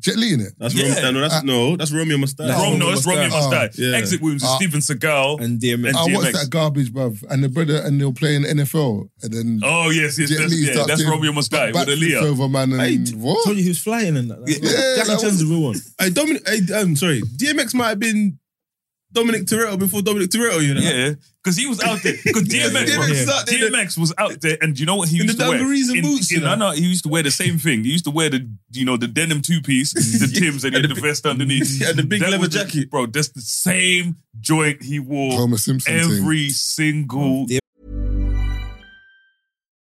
E: Jet Li in it?
G: That's
D: Yeah.
G: Rom- no, that's
E: Uh,
G: no, that's Romeo Must Die.
F: No.
D: Rom, no, that's
F: Must Die.
D: Romeo Must Die.
G: Yeah.
D: Exit Wounds is
E: Ah.
D: Steven Seagal.
F: And
D: And-
F: DMX.
E: I watched
D: DMX.
E: that garbage, bruv. And the brother and they were playing NFL, and then
D: oh yes, yes,
E: Jet
D: that's,
E: Li
D: yeah,
E: starts
D: that's
E: doing
D: Romeo Must Die with
E: backflips
D: Aaliyah.
E: over man and
G: Hey, d-
F: I
E: what?
F: told you he was flying in that. That's
E: Yeah,
F: right.
E: that
F: Jackie Chan's the real one.
G: Hey, Dominic, hey, um, sorry, DMX might have been Dominic Toretto before Dominic Toretto, you know?
D: Yeah, because he was out there. Because
G: Yeah,
D: DMX,
G: yeah,
D: bro,
G: yeah.
D: DMX, was out there, and you know what he
G: In
D: used
G: the
D: to wear?
G: dungarees and boots, you
D: in-
G: know?
D: No, no, he used to wear the same thing. He used to wear the, you know, the denim two piece, the Tims, and he had the vest underneath,
G: Yeah, the big
D: That
G: leather
D: was the-
G: jacket.
D: bro. That's the same joint he wore
E: Homer Simpson thing.
D: every single.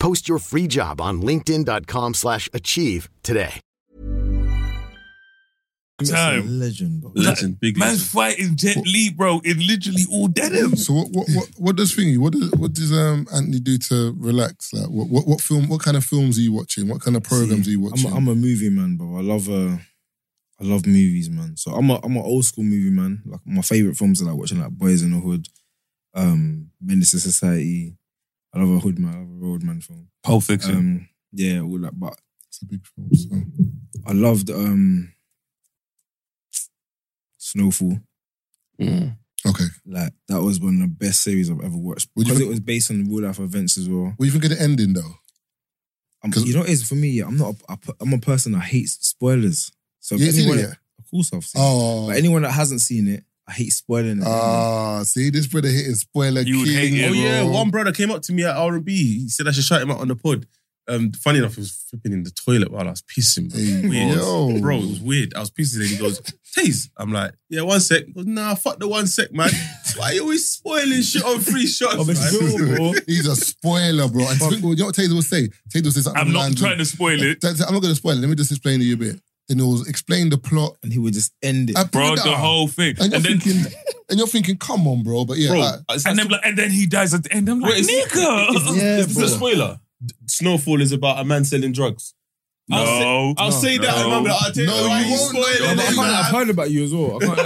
H: Post your free job on linkedin.com/achieve slash achieve today.
F: That's a
D: Time.
F: legend, bro.
G: Legend, big
D: Man's
G: legend.
D: fighting Jet Li, bro, in literally all denim.
E: So what what what, what does thingy? What does what does um Anthony do to relax? Like what, what what film? What kind of films are you watching? What kind of programs
F: See,
E: are you watching?
F: I'm a, I'm a movie man, bro. I love uh, I love movies, man. So I'm a I'm an old school movie man. Like my favorite films are like watching like Boys in the Hood, um, Menace to Society. I love a hood man, I love a road man film.
D: Pulp Fiction.
F: Um, yeah, all that. But
E: it's a big film. So.
F: I loved um, Snowfall.
G: Mm.
E: Okay.
F: Like that was one of the best series I've ever watched
E: Would you
F: because it
E: think-
F: was based on real life events as well.
E: What do you think of the ending though?
F: Um,
E: 'Cause-
F: you know, what it is for me. Yeah, I'm not. A, I put, I'm a person that hates spoilers. So if
E: You ain't seen it
F: anyone,
E: yet?
F: of course, I've seen. it.
E: Oh,
F: But anyone that hasn't seen it, I hate spoiling it.
E: Ah, see, this brother hitting spoiler
D: You would hate
E: king.
D: it.
G: Oh yeah,
E: bro.
G: one brother came up to me at R and B. He said I should shout him out on the pod. Um, funny enough, he was flipping in the toilet while I was pissing. Bro.
E: Hey,
G: Weird.
E: yo.
G: bro, it was weird. I was pissing, and he goes, "Taze." I'm like, "Yeah, one sec." He goes, "Nah, fuck the one sec, man. Why you always spoiling shit on free shots?"
F: Oh, but it's
G: man?"
F: real, bro.
E: He's a spoiler, bro. And Taylor, you know what Taylor will say? Taylor will say something.
D: I'm not
E: random.
D: trying to spoil it.
E: That's- I'm not going to spoil it. Let me just explain to you a bit. Then he'll explain the plot.
F: And he would just end it.
E: Ah,
D: Bro, the
E: brother.
D: whole thing. And,
E: And you're
D: then
E: thinking, and you're thinking, come on, bro. But yeah,
G: Bro,
E: like,
G: it's like-
D: and then like, and then he dies at the end. I'm like,
G: Wait, is-
D: nigga.
F: yeah,
G: Is this a
F: bro.
G: spoiler? D- Snowfall is about a man selling drugs. I'll say-
D: No.
G: I'll say that.
D: No.
G: and I'm like, I'll tell you
E: No,
G: why
E: you
G: you
E: won't.
G: spoiling
E: No,
G: it,
E: no,
F: I
E: no.
G: man.
F: can't, I've heard about you as well. I can't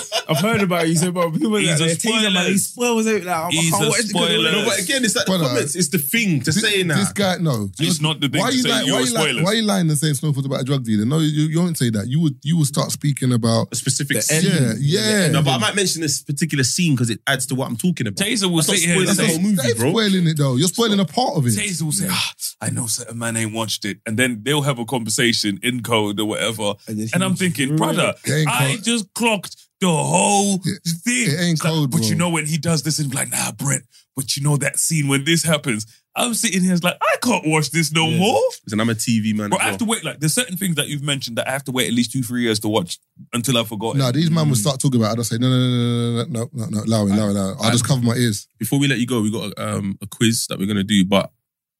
F: I've heard about you. You said, bro, people
D: He's
F: like,
D: a
F: they're teasing, man.
D: spoiler.
F: He spoils it. Like, I
D: He's
F: can't
D: a
F: watch it because of
D: spoiler.
F: it.
G: No, but again, it's like the
E: Brother.
G: comments. It's the thing to
E: this,
G: say now.
E: this guy, no.
D: It's not the thing
E: Why
D: to
E: you
D: say
E: lying?
D: you're
E: why,
D: a
E: you lying?
D: spoiler.
E: why you lying and saying Snowfall's about a drug dealer? No, you, you won't say that. You would you would start speaking about
G: a specific
F: The
G: scene.
E: yeah, yeah.
G: No, but I might mention this particular scene because it adds to what I'm talking about.
D: Taser will
G: That's not
D: sit here and
G: spoiling
D: say,
G: the whole movie,
E: That's
G: bro.
E: spoiling it though. You're spoiling a part of it.
D: Taser will say, ah, I know certain man ain't watched it. And then they'll have a conversation in code or whatever.
F: And
D: And,
F: then
D: I'm
F: he
D: thinking,
F: ruined
D: brother,
E: It ain't
D: I
E: code.
D: just clocked the whole
E: It-
D: thing.
E: it ain't
D: It's like,
E: code,
D: But
E: bro.
D: you know when he does this and be like, nah, Brett, but you know that scene when this happens. I'm sitting here, it's like, I can't watch this no more.
G: Listen, I'm a TV man.
D: Bro,
G: as
D: I have to
G: well.
D: wait. Like, there's certain things that you've mentioned that I have to wait at least two, three years to watch until I've forgotten.
E: No, these man would
D: Mm.
E: start talking about. it. I'd just say no, no, no, no, no, no, no, no, allow it, allow it, allow it. I'll just cover my ears.
G: Before we let you go, we got a, um, a quiz that we're gonna do. But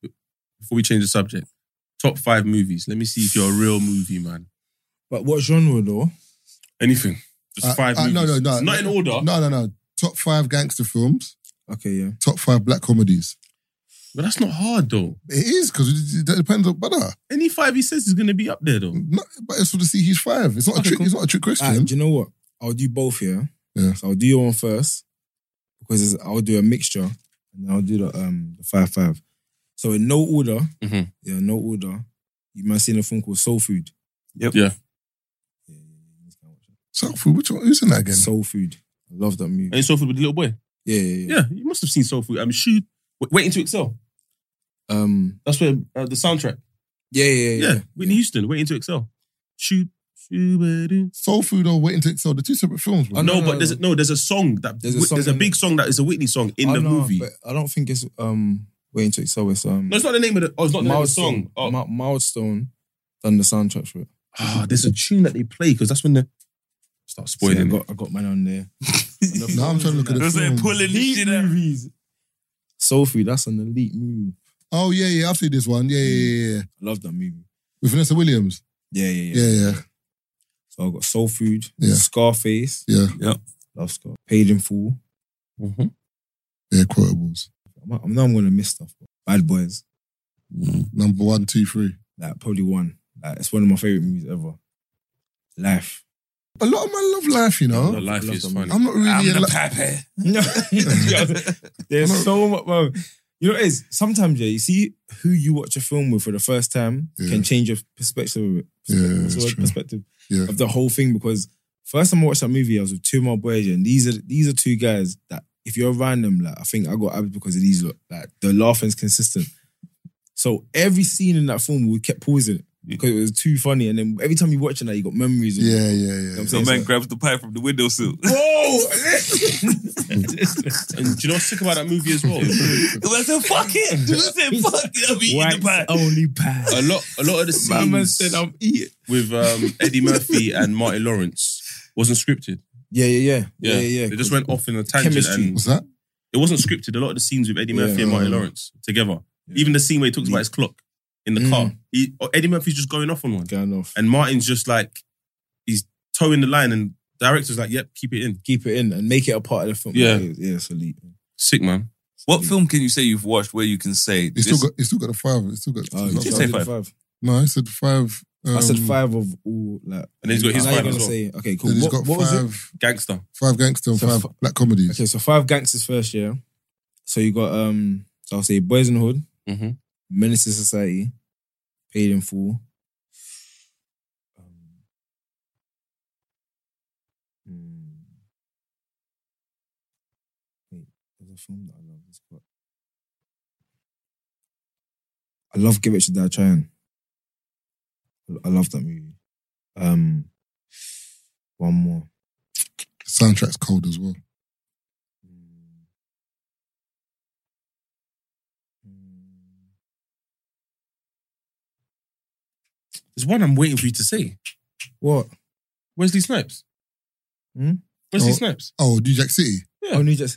G: before we change the subject, top five movies. Let me see if you're a real movie man.
F: But what genre, though?
G: Anything? Just
E: Uh,
G: five.
E: uh,
G: movies.
E: no, no, no,
G: Not in order.
E: No, no, no. Top five gangster films.
F: Okay, yeah.
E: Top five black comedies.
G: But that's not hard though.
E: It is because it, it depends on brother.
G: Any five he says is gonna be up there though.
E: No, but it's for to see he's five. It's not a
F: Okay,
E: trick.
F: cool.
E: It's not a trick question.
F: Alright, do you know what? I'll do both here.
E: Yeah.
F: So I'll do your one first because it's- I'll do a mixture and then I'll do the um the five five. So in no order,
G: Mhm.
F: yeah, no order. You might have seen a film called Soul Food.
D: Yep.
G: Yeah.
F: Yeah, yeah, yeah, you can watch it.
E: So, for which one? Who's in that again?
F: Soul Food. I love that movie.
G: Ain't Soul Food with the little boy.
F: Yeah, yeah, yeah.
G: Yeah, you must have seen Soul Food. I'm shoot. Waiting to excel.
F: Um,
G: That's where uh, the soundtrack.
F: yeah, yeah, yeah.
G: Yeah,
F: yeah.
G: Whitney Houston. Waiting to excel. Shoot. Shoot.
E: Soul Food or Waiting to Excel? The two separate films. Bro.
F: Oh,
G: no,
F: no,
G: but
F: no,
G: there's a, no, there's a song that
F: There's
G: there's
F: a
G: a,
F: song in
G: big
F: it.
G: song that is a Whitney song in
F: I
G: the
F: know,
G: movie.
F: but I don't think it's um waiting to excel. It's um
G: No, it's not the name of the. Oh, it's not the name of the song. Oh,
F: Mi- Milestone done the soundtrack for it.
G: ah, there's a tune that they play because that's when the start
F: So yeah, I
G: spoiling. it.
F: got I got mine on there.
E: No, I'm trying to look at the
D: There's
E: film.
D: like pulling shit out.
F: movies. Soul Food, that's an elite movie.
E: Oh yeah, yeah. I've seen this one. Yeah, yeah, yeah. yeah.
F: I love that movie.
E: With Vanessa Williams.
F: Yeah, yeah, yeah.
E: Yeah, yeah,
F: So I've got Soul Food,
E: Yeah.
F: Scarface,
E: yeah.
F: love Scar, Paid in Full.
G: Mhm.
E: Yeah, quotables.
F: I'm, I'm now I'm gonna miss stuff. Bad Boys,
E: Number one, two, three.
F: like probably one. Like it's one of my favorite movies ever. Life.
E: A lot of my love life, you know.
G: No, life
F: I love
G: is
F: that
G: funny.
E: I'm not really
D: I'm
E: a
D: the
E: li-
D: pappy.
F: No, there's so much. Bro. You know, what it is sometimes yeah, you see who you watch a film with for the first time
E: Yeah.
F: can change your perspective of it. Perspective,
E: Yeah, yeah,
F: what's the
E: it's
F: word?
E: true.
F: perspective
E: Yeah.
F: of the whole thing because first time I watched that movie, I was with two of my boys, yeah, and these are these are two guys that if you're around them, like I think I got abs because of these look like the laughing's consistent. So every scene in that film we kept pausing it because it was too funny, and then every time you're watching that, you got memories. Of
E: Yeah, yeah, yeah.
F: I'm
D: The
F: saying?
D: man grabs the pipe from the windowsill.
G: and do you know what's sick about that movie as well?
D: I said, fuck it. Dude said, fuck it. I'm eating
F: White
D: the pie.
F: only pass.
G: a lot, a lot of the
F: My man
G: scenes
F: said, "I'm eating."
G: with um, Eddie Murphy and Martin Lawrence wasn't scripted.
F: Yeah, yeah, yeah,
G: Yeah,
F: yeah, yeah.
G: They just went off in a tangent.
F: Chemistry.
G: And
E: What's that?
G: it wasn't scripted. A lot of the scenes with Eddie Murphy
F: Yeah.
G: and Martin Lawrence together. Even the scene where he talks about his clock in the
F: Mm.
G: car. He, oh, Eddie Murphy's just going off on one.
F: going off.
G: And Martin's just like, he's towing the line, and the director's like, yep, keep it in.
F: keep it in and make it a part of the film.
G: Yeah.
F: yeah, yeah it's elite.
G: Sick, man.
D: What film can you say you've watched where you can say
E: It's
D: this?
E: still got. It's still got the five. It's still got.
F: Oh,
E: it's
D: did
E: got
D: say
E: five.
D: five.
E: No, I said five. Um,
F: I said five of all. Like,
G: And he's got his
F: now you're
G: five
F: gonna
G: as well.
F: say, okay, cool.
E: Then he's
F: What,
E: got
F: what was it?
E: five.
G: Gangster.
E: Five gangster and
F: So
E: five
F: fi-
E: black comedies.
F: Okay, so five gangsters first year. So you got um, so I'll say Boys in the Hood,
G: Mhm.
F: Menace to Society, Paid in Full. Um, hmm. Wait, there's a film that I love. It's got. I love Give It to Die Trying. I love that movie. Um, one more.
E: Soundtrack's cold as well.
G: There's one I'm waiting for you to say.
F: What?
G: Wesley Snipes.
F: Hmm?
G: Wesley
E: Oh.
G: Snipes.
E: Oh, New Jack City.
G: Yeah.
F: Oh, New Jack.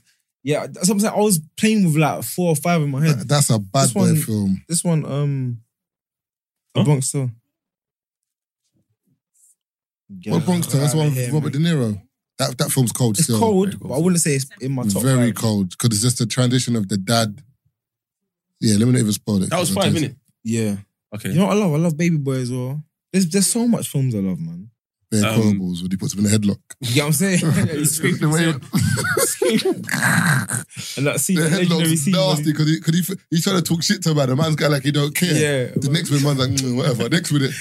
F: Yeah, that's what I'm saying. I was playing with like four or five in my head.
E: That- that's a bad
F: This
E: boy
F: one-
E: film.
F: This one, um,
G: Huh?
F: a Bronx Tale. Get
E: what Bronx Tale? That's the
F: outta
E: one
F: here,
E: with Robert
F: mate.
E: De Niro. That that film's cold
F: It's
E: still.
F: cold, but I wouldn't say it's in my top.
E: Very
F: five.
E: cold because it's just the transition of the dad. Yeah, let me not even spoil it.
G: That was five, innit?
F: Yeah.
G: Okay.
F: You know what I love? I love Baby Boy as well. There's there's so much films I love, man.
E: Bear
G: Um,
E: Corballs when he puts him in a headlock.
F: You know what I'm saying? It's screaming,
E: The way-
F: and that scene,
E: the
F: that legendary
E: headlock's
F: scene. when
E: nasty because he, cause he, f- he's trying to talk shit to a man. The man's guy like he don't care.
F: Yeah.
E: The next minute, man's like, "Mm, whatever. Next minute,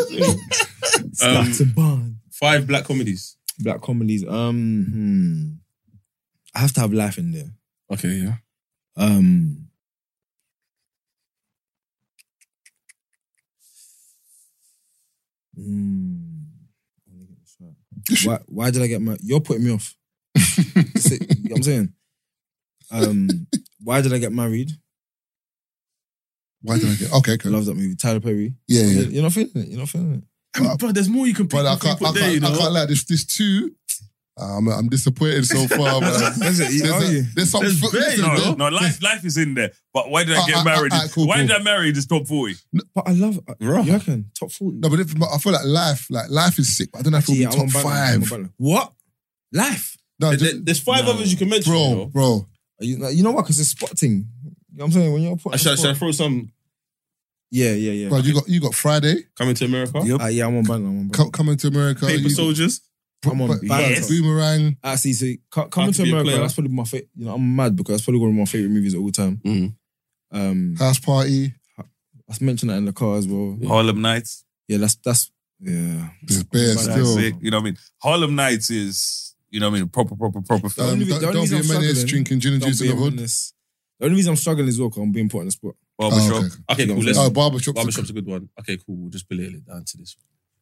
F: he-
G: Um,
F: That's a bun.
G: five black comedies.
F: Black comedies. Um, hmm. I have to have life in there.
G: Okay, yeah.
F: Um, mm. why, why did I get my? You're putting me off. That's it. You know what I'm saying, um, why did I get married?
E: why did I get? Okay, okay.
F: Love that movie, Tyler Perry.
E: Yeah, yeah.
F: You're not feeling it. You're not feeling it.
G: Bro, there's more you can put.
E: But I can't, I can't, I can't like this. This two, I'm, I'm disappointed so far. Man.
F: That's it.
E: There's,
F: Are
E: a,
F: you?
E: there's some.
G: There's
E: fo-
G: very-
E: listen,
D: No,
E: there-
D: no, life, life is in there. But why did I
E: Ah,
D: get
E: ah,
D: married?
E: ah, ah, cool,
D: why
E: cool.
D: did I marry this top 40?
F: But I love.
G: Bro.
F: You reckon top forty?
E: no, but if, I feel like life, like life is sick. But I don't know if it'll be
F: Yeah, I'm
E: top
F: on Batman, I'm on
E: five.
F: Batman. What? Life.
E: No,
G: There-
E: just,
G: There's five
F: No.
G: others you can mention. you
E: bro,
G: know.
E: bro.
F: Are You, like, you know what? Because it's spotting. You know what I'm saying? When you're
G: I
F: putting.
G: should, should I throw some
F: Yeah, yeah, yeah.
E: Bro, you got you got Friday
G: Coming to America?
F: Ah, yeah, I'm on Batman. I'm on Batman.
E: co- coming to America.
G: Paper
E: you,
G: Soldiers?
F: Come on,
E: Ba-
F: Batman.
D: Yes.
E: Boomerang.
F: Ah, see, see, co- coming
G: Have to
F: to
G: be a
F: America,
G: player.
F: that's probably my favorite. You know, I'm mad because that's probably one of my favorite movies of all time.
G: Mhm.
F: Um,
E: House party.
F: I mentioned that in the car as well. Yeah,
D: Harlem Nights.
F: that's that's yeah.
E: There's bear
F: That's
D: That's
E: still.
D: it. You know what I mean? Harlem Nights is, you know what I mean? Proper, proper, proper film.
E: Um,
F: only-
E: don't
F: the only
E: don't
F: reason
E: be a
F: I'm
E: menace.
F: struggling-
E: Drinking gin and
F: Don't
E: juice in the
F: be a
E: hood.
F: menanis. The only reason I'm struggling is well, 'cause I'm being put on the spot.
D: Barbershop.
E: Oh, okay.
G: Okay, cool. Let's,
E: Oh, barbershop.
G: Barbershop's a good one. Okay, cool. We'll just belittle it down to this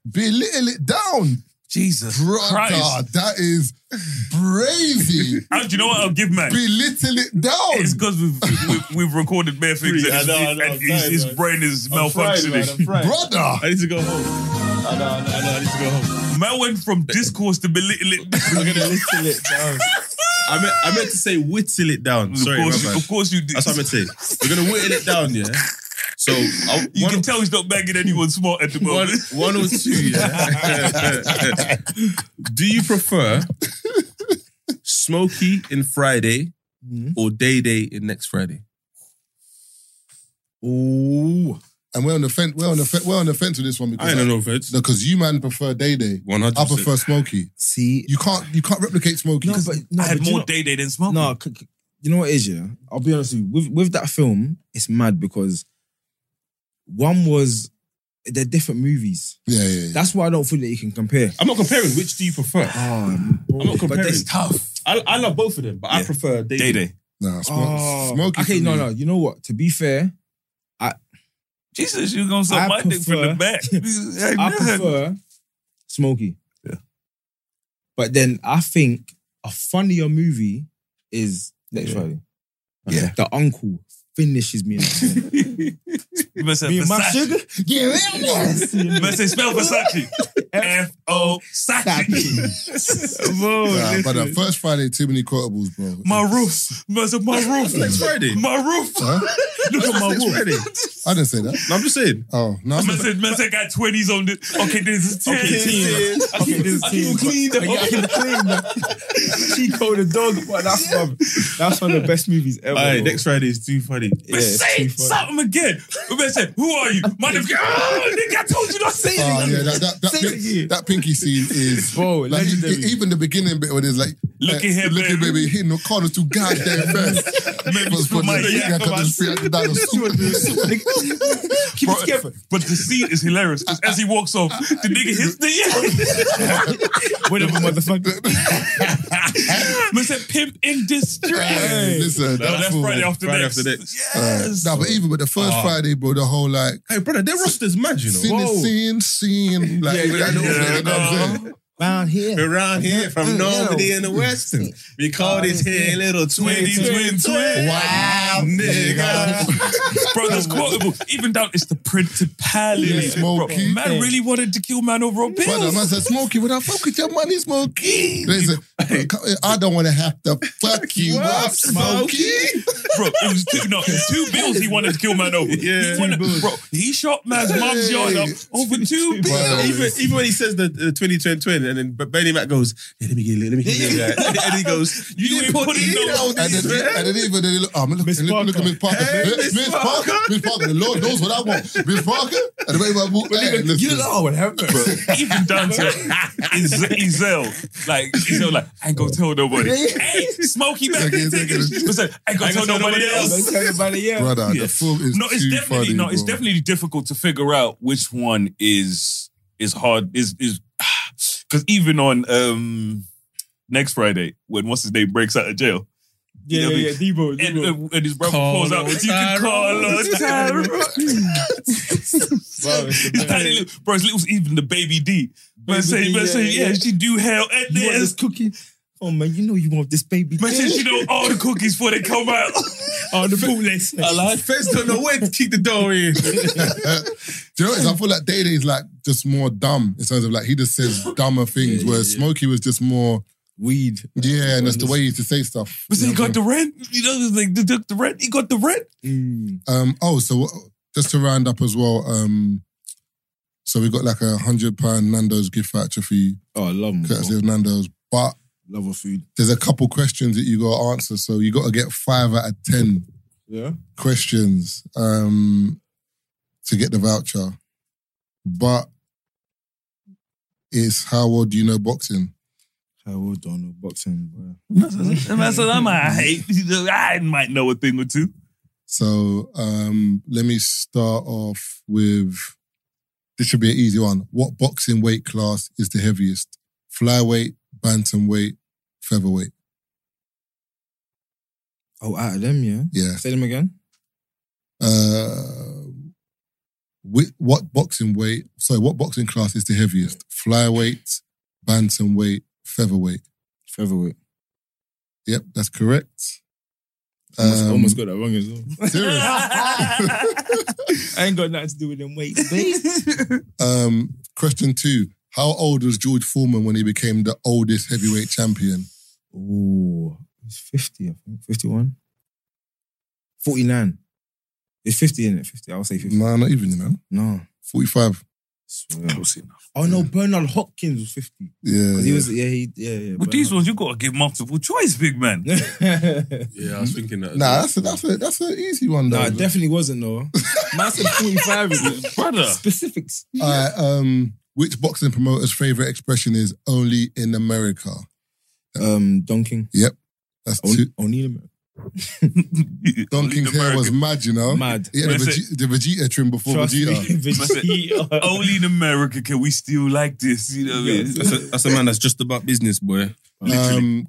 E: Belittle it down,
D: Jesus
E: brother.
D: Christ.
E: That is brazy.
D: How do you know what I'll give, man?
E: belittle it down.
D: Oh, It's because we've, we've we've recorded bare things
G: Free, I
D: and,
G: know, I
D: his-
G: know,
D: and
G: I'm
D: his,
G: tired,
D: his
G: man.
D: brain is
G: I'm fried, man,
D: malfunctioning.
G: I'm fried.
E: Brother,
G: I need to go home. I know, I know, I know. I need to go home.
D: Man went from discourse to belittle it.
F: Little it down.
G: I meant, I meant to say whittle it down. Sorry,
D: of
G: my
D: course,
G: bad.
D: you, of course you did.
G: That's what I meant to say. We're gonna whittle it down, yeah. So I,
D: You
G: one,
D: can tell he's not bagging anyone smart at the
G: one,
D: moment.
G: one or two. Yeah. Do you prefer Smokey in Friday
D: Mm-hmm.
G: or Day Day in next Friday?
F: Ooh,
E: and we're on the fence. We're on the fence. We're on the fence with this one because
G: I don't know, Feds.
E: No, because you man prefer Day Day.
G: One hundred.
E: I prefer Smokey.
F: see,
E: You can't. You can't replicate Smokey.
F: no, but no,
D: I had
F: but you
D: more
F: know-
D: day day than smoke.
F: No, c- c- you know what it is, yeah? I'll be honest with you. With, with that film, it's mad because one was, they're different movies.
E: yeah, yeah, yeah.
F: That's why I don't feel that you can compare.
G: I'm not comparing. Which do you prefer? I'm not
F: Oh, But
G: comparing.
F: there's
G: tough. I, I love both of them, but I
D: Yeah.
G: prefer Day
D: day
G: Day.
D: day.
E: Nah, Smo-
F: Oh,
E: Smokey.
F: okay,
E: for
F: no,
E: me.
F: no. You know what? To be fair,
D: Jesus, you gonna suck
F: I
D: my dick from the
F: prefer-
D: back?
F: I
D: Hey, man.
F: prefer Smokey.
D: Yeah.
F: But then I think a funnier movie is Next Friday.
D: Yeah.
F: The uncle finishes me. in the head.
D: You must have
F: me and my
D: Versace.
F: sugar.
E: Yeah, yeah, yeah.
D: You must say spell Versace. F O Sachi. Bro,
E: Nah, but the
D: listen.
E: first Friday, too many quotables, bro.
D: my roof. Must have my roof.
G: Next Friday.
D: My roof.
E: Huh?
D: Look at my
G: Next
D: roof.
G: Friday.
E: I didn't say that.
G: No, I'm just saying.
E: Oh no, I'm
D: Man
E: just,
D: said, man said got 20s on this. Okay, this is 10.
G: I keep, I keep them clean. though.
F: I can claim that. Chico the dog, but that's one, that's one of the best movies ever.
G: All right,
F: bro.
G: next Friday is too funny.
F: yeah, it's
D: say
F: too funny.
D: something again. The man said, who are you? My name's oh, nigga, I told you not to say
E: oh,
D: anything.
E: yeah, that that, that,
F: Say it
E: pink,
F: again.
E: that pinky scene is
F: Bro,
E: like,
F: legendary.
E: e- Even the beginning bit where there's like,
D: Look
E: like,
D: at him,
E: look at
D: baby.
E: baby hitting the corner too goddamn fast.
D: Maybe
E: Was
D: it's for
E: funny.
D: my
E: Yeah,
D: yak,
E: cut
D: but-
E: the street at the dinosaur.
F: Keep
D: Bro,
F: it together.
D: But the scene is hilarious because as he walks off, the nigga hits the yak.
F: Whatever, motherfucker.
D: Man said, pimp in distress.
E: Hey, Listen,
D: No, that's
E: fool-
D: Friday after
G: Friday
D: next.
G: after next.
D: Yes.
E: Nah, but even with the first Friday, bro, the whole like
G: Hey, brother, their roster's mad, you know.
E: scene, scene, scene, like
F: Yeah, yeah,
E: that little bit, you know what I'm saying?
F: Round here.
G: Around here, from
F: Mm,
G: Normandy
F: yeah.
G: in the Western. We call this here little twin, twin, twin. Wow, nigga.
D: Bro, that's quotable. Even down, it's the principality.
E: Yeah,
D: bro.
E: Smokey.
D: Man really wanted to kill man over a bill.
E: Brother, man said, Smokey, when I fuck with your money, Smokey. They said, uh, I don't want to have to fuck you up, Smokey.
D: Bro, it was two, no, two bills he wanted to kill man over.
G: Yeah.
D: he wanted, bro, he shot man's mum's yard up over two
E: Brother.
D: bills.
G: Even, even when he says the, the 20, 20, 20, and then B- Bernie Mac goes, yeah, let me get a little, let me get a little of that. And he goes, you, didn't put it in
D: no-
G: on
E: And
G: this,
E: then,
G: man.
E: and then even then, they look, oh, man, look, and look, look at Miss Parker.
G: Hey,
E: Hey,
G: Miss
E: Miss Parker.
G: Parker.
E: Miss Parker. The Lord knows what I want. Miss Parker. And the way I walk, hey, listen.
F: what happened.
D: Even down to Iz- Izzel. Like, Izzel, like, I ain't gonna tell nobody. hey, Smokey Mac,
E: Second,
D: take
E: second.
D: it. Listen, I ain't gonna tell nobody else.
F: Don't tell everybody else.
E: Brother, the film is
D: no, it's
E: too
D: definitely
E: funny,
D: no, it's
E: bro.
D: definitely difficult to figure out which one is is hard is is because even on um next Friday when what's his name breaks out of jail
F: Yeah, yeah, yeah. Debo.
D: and,
F: Debo.
D: and his brother calls out you can call on
F: Bro, it's the
D: His
F: best.
D: tiny little, bro, his little even the baby D. But
F: Baby
D: say,
F: D,
D: but
F: yeah,
D: say, yeah,
F: yeah.
D: she do hell at
F: You want this
D: this.
F: cookie? Oh man, you know you want this baby.
D: Man says she know all the cookies before they come out.
F: oh, the bootlace.
G: Like, Fez don't know when to kick the door in.
E: Do you know what it is? I feel like Day Day is like just more dumb in terms of like he just says dumber things, whereas Smokey was just more
F: Weed.
E: yeah, and that's the way he used to say stuff.
D: But say
E: You
D: he
E: know what I'm
D: got the rent. You know, like they took the rent. He got the rent.
F: Mm.
E: Um, oh, so what, just to round up as well. Um, so we got like a hundred pound Nando's gift voucher for you,
F: Oh, I love them.
E: courtesy of Nando's. But
F: Love of food.
E: there's a couple questions that you got to answer. So you got to get five out of ten
F: Yeah.
E: questions um, to get the voucher. But it's how well do you know boxing?
F: How old do I know boxing, bro?
D: And I said, I might hate. I might know a thing or two.
E: So um, let me start off with this should be an easy one. What boxing weight class is the heaviest? Flyweight, bantamweight, featherweight.
F: Oh, out of them, yeah.
E: Yeah.
F: Say them again.
E: Uh, whi- what boxing weight? Sorry, what boxing class is the heaviest? Flyweight, bantamweight, featherweight.
F: Featherweight.
E: Yep, that's correct.
F: Almost,
E: Um,
F: almost got that wrong as well.
E: serious.
F: I ain't got nothing to do with them weights, babe.
E: Um, question two: How old was George Foreman when he became the oldest heavyweight champion?
F: Ooh, it's 50, I think. 51? 49. It's 50, isn't it? 50. I'll say 50.
E: No, not even you know,
F: No.
E: forty-five.
F: Swear. Oh, no, Bernard Hopkins was 50.
E: Yeah,
F: 'Cause he
E: yeah.
F: was, yeah, he, yeah, yeah.
D: With these ones, you gotta give multiple choice, big man.
F: ones.
G: Yeah, I was thinking that.
E: Nah, that's a, that's a, that's an easy one though.
F: nah, it definitely wasn't, though. Man said 45 is
D: Brother.
F: Specifics.
E: All right, um, which boxing promoter's favorite expression is "only in America"?
F: Um, Dunking.
E: That's two.
F: O'Neill.
E: Don King's hair was mad, you know.
F: Mad.
E: Yeah, the,
D: Where's
E: Vegeta, the Vegeta trim before
F: Trust me.
E: Vegeta.
F: Vegeta.
D: Only in America can we still like this. You know what I mean?
G: That's a, that's a man that's just about business, boy.
E: Um,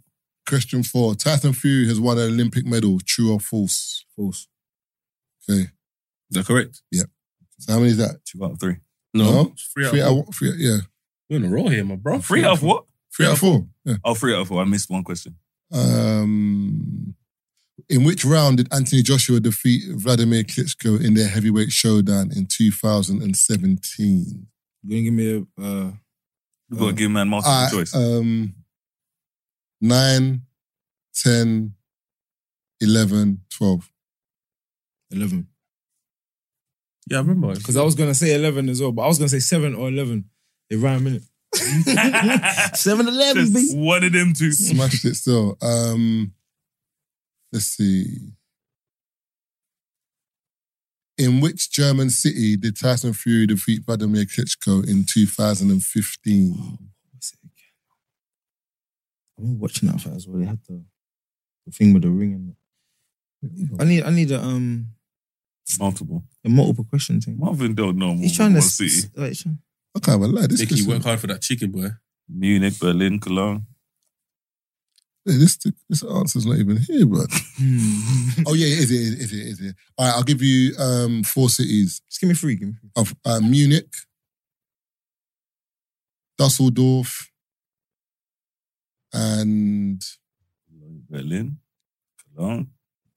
E: question four: Tyson Fury has won an Olympic medal. True or false?
F: False.
E: Okay,
G: Is that correct?
E: so how many is that?
D: Two out of three.
E: No.
G: It's Three out,
E: Three
G: of
E: out,
G: four.
E: of- three, yeah,
G: You're on a roll here, my bro.
D: Three out of what?
E: three out of four. Yeah.
D: Oh, three out of four. I missed one question.
E: Um, in which round did Anthony Joshua defeat Vladimir Klitschko in their heavyweight showdown in 2017?
F: You gonna give me a, uh,
D: You gotta
F: Uh,
D: give man multiple
E: Uh,
D: choice.
E: um, 9, 10, 11, 12.
F: 11.
G: Yeah, I remember.
F: Because I was gonna say eleven as well, but I was gonna say seven or eleven. It rhyme in it. Seven eleven,
D: Just one of them two.
E: Smashed it still. Um, let's see. In which German city did Tyson Fury defeat Vladimir Klitschko in 2015?
F: What's it again? I've been watching that fight as well. They had the, the thing with the ring and I need I need a um
D: Multiple.
F: a multiple question thing.
D: Marvin don't know.
F: He's trying to
D: one
F: s-
D: city.
F: s- like, he's trying-
E: I can't even lie. This
G: Nicky, you
E: listen-
G: work hard for that chicken, boy.
D: Munich, Berlin, Cologne.
E: Hey, This this answer's not even here, bro.
F: Hmm.
E: oh yeah, it is, it is, it is, it is. It is. All right, I'll give you um, four cities uh,
F: Just give me three. Give me three.
E: of uh, Munich, Dusseldorf, and
D: Berlin, Cologne.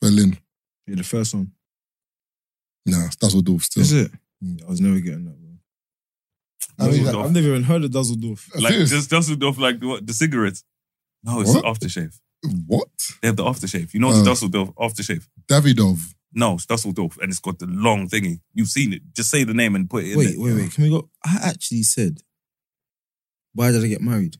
E: Berlin.
F: Yeah, the first one.
E: Nah, it's Dusseldorf still.
F: Is it? Mm, I was never getting that. Bro.
E: I mean, like,
F: I've never even heard of Dusseldorf.
E: I
D: Like
E: think it's-
D: just Dusseldorf, like the, what, the cigarettes. No, it's
E: What?
D: aftershave.
E: what?
D: They have the aftershave. You know it's
E: Oh.
D: Dusseldorf aftershave.
E: Davidov.
D: No, it's Dusseldorf, and it's got the long thingy. You've seen it. Just say the name and put it in.
F: Wait,
D: there.
F: wait, wait. Can we go? I actually said, why did I get married?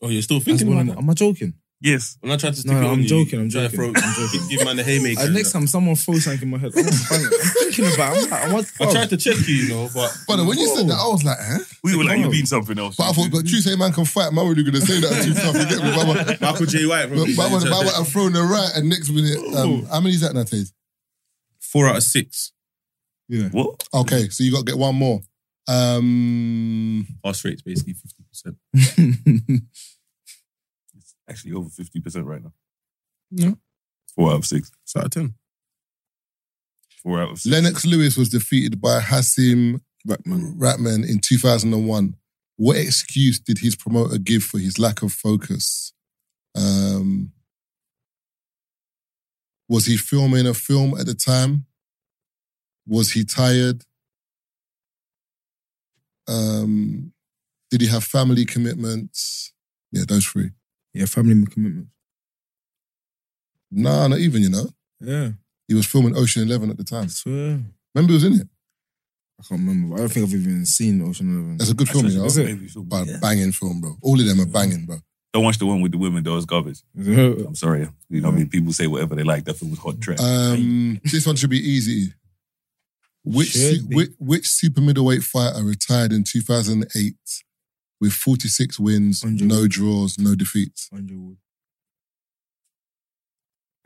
G: Oh, you're still
F: That's
G: thinking
F: one
G: about
F: of
G: that?
F: my- Am I joking?
D: Yes.
G: When I tried to stick
F: No,
G: it
F: no,
G: on
F: I'm
G: you,
F: joking, I'm
G: try to
F: joking,
G: throw-
F: I'm joking.
G: Give man the haymaker.
F: Uh,
G: and
F: next
G: that.
F: time someone throws something in my head, I wanna bang it. I'm thinking about it. I'm like, I want
G: I tried to check you, you know, but
E: But when you said that, I was like, huh?
D: We were like, you
F: Oh.
D: mean something else.
E: But I thought, but Tuesday man can fight. Man, really gonna say that too tough. You get me? But I went-
G: Michael J. White, bro.
E: But but I went- but I went and thrown the right, and next minute, um, how many is that now, Tate?
G: Four out of six
F: Yeah.
D: what?
E: Okay, so you got to get one more. Um,
G: pass rates, basically fifty percent.
D: It's actually over 50% right now.
G: No.
D: Four out of six.
G: It's out of ten.
D: Four out of six.
E: Lennox Lewis was defeated by Hassim Ratman. in 2001. What excuse did his promoter give for his lack of focus? Um, was he filming a film at the time? Was he tired? Um, did he have family commitments? Yeah, those three.
F: Yeah, family commitment.
E: Nah, not even, you know.
F: Yeah,
E: He was filming Ocean Eleven at the time.
F: I swear.
E: Remember he was in it?
F: I can't remember. I don't think I've even seen Ocean Eleven.
E: That's a good film, you know.
F: Is it?
E: But
D: Yeah.
E: banging film, bro. All of them are banging, bro.
D: Don't watch the one with the women, though. It's garbage. I'm sorry. You know what I mean? People say whatever they like. That film was hot trash.
E: Um, this one should be easy. Which,
F: Should
E: su-
F: be.
E: which which super middleweight fighter retired in 2008 with 46 wins,
F: Andre
E: no draws, no defeats?
F: Andre Ward.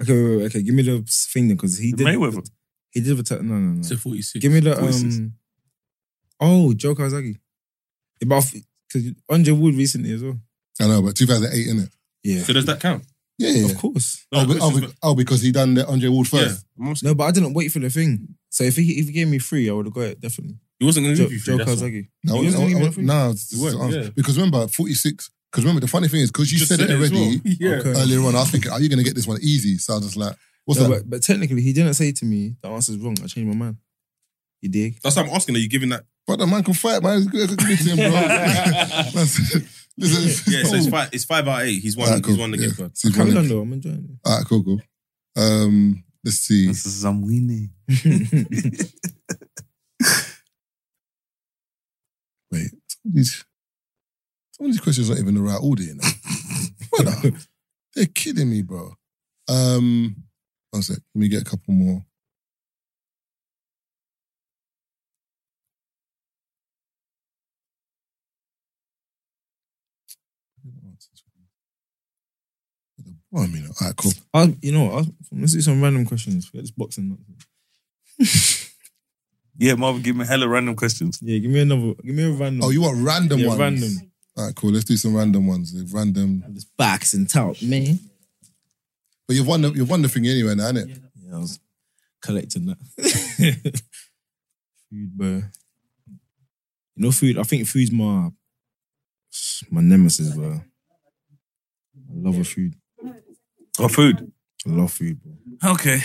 F: Okay, wait, wait, okay. Give me the thing then, because he did.
D: Mayweather.
F: He did attack. No, no, no.
G: It's a forty-six.
F: Give me the
D: 46.
F: um. Oh, Joe Kawasaki. About because Andre Wood recently as well.
E: I know, but 2008 in it.
F: Yeah,
G: So does that count?
E: Yeah, yeah.
F: of course.
E: Oh, be- oh, be- oh, because he done the Andre Ward
G: yeah.
E: first.
G: I'm asking-
F: No, but I didn't wait for the thing. So if he if he gave me three, I would have got it definitely.
G: He wasn't going to
F: Joe,
G: leave you.
F: Joe
G: Free, that's all.
F: Kawasaki.
E: No,
F: He wasn't
E: no,
F: even
E: no,
F: a free.
E: no, it's-
G: He weren't,
E: it's-
G: yeah.
E: because remember 46. Because remember the funny thing is because you,
G: Just
E: said, it
G: as
E: already
G: well. Yeah.
F: Okay.
E: earlier on. I was thinking, are you going to get this one easy? So I was just like, what's
F: No,
E: that?
F: but, but technically, he didn't say to me the answer's wrong. I changed my mind. You dig?
G: That's why I'm asking. Are you giving that?
E: But the man can fight, man. It's good, good to him, bro. That's- Listen,
G: Yeah. So it's five. It's five out of eight. He's won.
E: Alright,
G: He's
E: cool.
G: won the
E: Yeah.
G: gift card.
E: See,
F: Calm down
E: All
F: though. I'm enjoying
E: right, cool, cool. Um, let's see.
D: this is I'm winning.
F: it.
E: Wait, some of these, some of these questions aren't even the right order, you know. Brother, they're kidding me, bro. Um, one sec. Let me get a couple more. Well, I mean, all right, cool.
F: I'll, you know, what, I'll, let's do some random questions. Forget this boxing. nonsense.
D: Yeah, Marvin, give me hella random questions.
F: Yeah, give me another. Give me a random.
E: Oh, you want random
F: yeah,
E: ones?
F: random.
E: All right, cool. Let's do some random ones. Like, Random,
F: This box and tout, man.
E: but you've won the you've won the thing anyway, now, innit?
F: Yeah, I was collecting that. food, bro. You know, food. I think food's my my nemesis, bro. I love a food.
D: Or food.
F: I love food, bro.
D: Okay.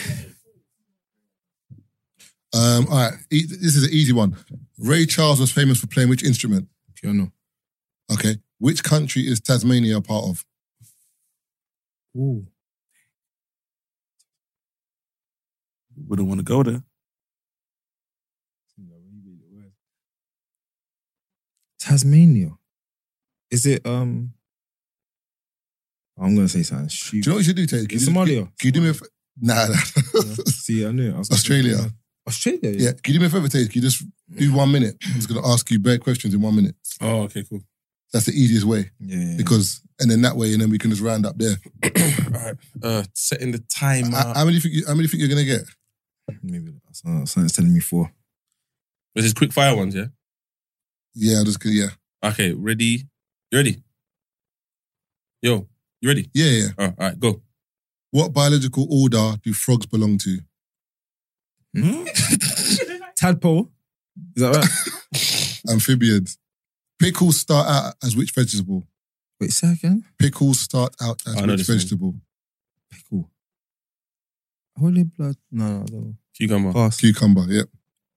E: Um, all right, e- this is an easy one. Ray Charles was famous for playing which instrument?
F: Piano.
E: Okay, which country is Tasmania a part of?
F: Ooh.
D: Wouldn't want to go there.
F: Tasmania. Is it um? I'm gonna say something
E: Do you know
F: stupid.
E: what you should do, Tate? Can you do-
F: Somalia.
E: Can you do me a f- Nah, nah.
F: Yeah. See, I knew. it. I was gonna say
E: Australia.
F: something. Australia.
E: yeah, can you do me a favor, Tate? Can you just do one minute? I'm just going to ask you bare questions in one minute.
G: Oh, okay, cool.
E: That's the easiest way
F: Yeah. yeah, yeah.
E: because, and then that way, and then we can just round up there.
G: All right. Uh, setting the timer.
E: How- how many think you, how many think you're going to get?
F: maybe that's not- something's telling me four.
G: This is quick fire ones. Yeah.
E: Yeah, I'll just, yeah.
G: Okay. Ready. You ready? Yo. You ready?
E: Yeah, yeah.
G: Oh, all right. Go.
E: What biological order do frogs belong to?
D: Hmm?
F: Tadpole. Is that right?
E: Amphibians. Pickles start out as which vegetable?
F: Wait, say again.
E: Pickles start out as
G: I know
E: which
G: this one.
E: vegetable?
F: Pickle. Holy blood. No, no, no.
G: Cucumber.
D: Oh,
F: Pass.
E: Cucumber, yep.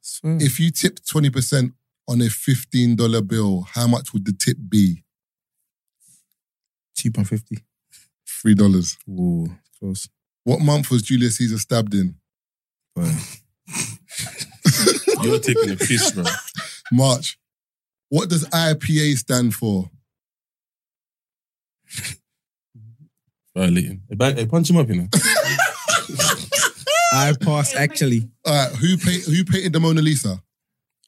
F: Swear.
E: If you tipped 20% on a $15 bill, how much would the tip be?
F: Two pound fifty.
E: $3.
F: Ooh, close.
E: What month was Julius Caesar stabbed in?
F: But
G: You're taking the piss, bro.
E: March. What does IPA stand for?
G: Violating. Hey, back- hey, punch him up, you know.
F: I passed actually.
E: All right, who, pa- who painted the Mona Lisa?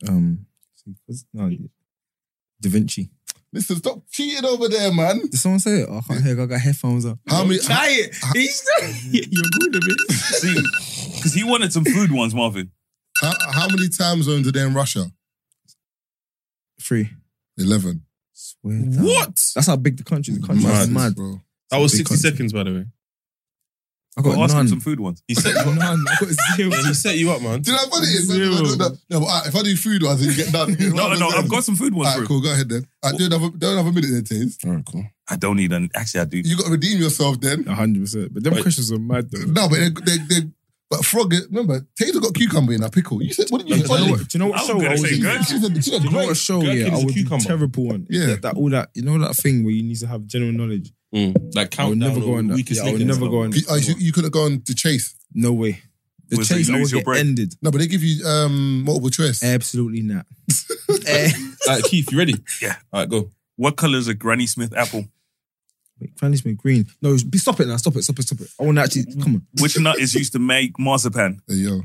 F: Um, see, 'cause- no, Da Vinci.
E: Listen, stop cheating over there, man.
F: Did someone say it? Oh, I can't hear. I got headphones up.
E: How many?
B: Try it. He's
G: You're good at it.
D: See, because he wanted some food once, Marvin.
E: How, how many time zones are there in Russia?
F: Three.
E: Eleven.
F: Swear. down.
G: What?
F: That's how big the country. is. The country is
G: Mad.
F: mad.
E: bro.
G: That was
F: Big
G: 60
F: country.
G: seconds, by the way.
F: I
D: Go
F: got
D: ask him
F: none.
D: some food once.
G: He set you up.
F: None. I got zero.
G: Yeah, he set you up, man.
E: Do you know what it is? No,
G: Zero.
E: no, no, but, all right, if I do food, I think you get done.
D: No, no, I've got some food
E: All
D: once,
E: right,
D: bro.
E: cool. Go ahead then. I do another, do another minute then, Taze.
F: All right, cool.
D: I don't need an. Actually, I do.
E: You got to redeem yourself then.
F: hundred percent. But them
G: Wait.
F: questions are mad though.
E: No, but they, they, they, but frog. Remember, Taze got cucumber in a pickle. You said what did you
F: Do you know
E: say?
F: what- do you know what
D: I was
F: show
D: gonna
F: I was
D: say
F: in?
D: good.
E: She said, she said
F: Do you know
E: great.
F: what show?
G: Gherkin
F: Yeah,
G: is
F: I
G: a
F: would be
G: cucumber.
F: terrible one.
E: Yeah.
F: that, that all that you know that thing where you need to have general knowledge.
G: Mm, like
F: I would
G: countdown.
F: never go
G: or
F: on that.
G: weakest
F: Yeah, I would
G: link and stuff.
F: never go on.
E: You, oh, you,
F: that.
E: you could have gone to chase.
F: No way. The
D: Well, so
F: chase,
D: you
F: I would
D: lose your
F: get
D: brain.
F: ended.
E: No, but they give you um, multiple choice.
F: Absolutely not.
G: Eh. All right, Keith, you ready?
D: Yeah.
G: All right, go.
D: What color is a Granny Smith apple?
F: Wait, Granny's been green. No, be stop it now. Stop it. Stop it. Stop it. I want to actually come on.
D: Which nut is used to make marzipan?
E: There you go.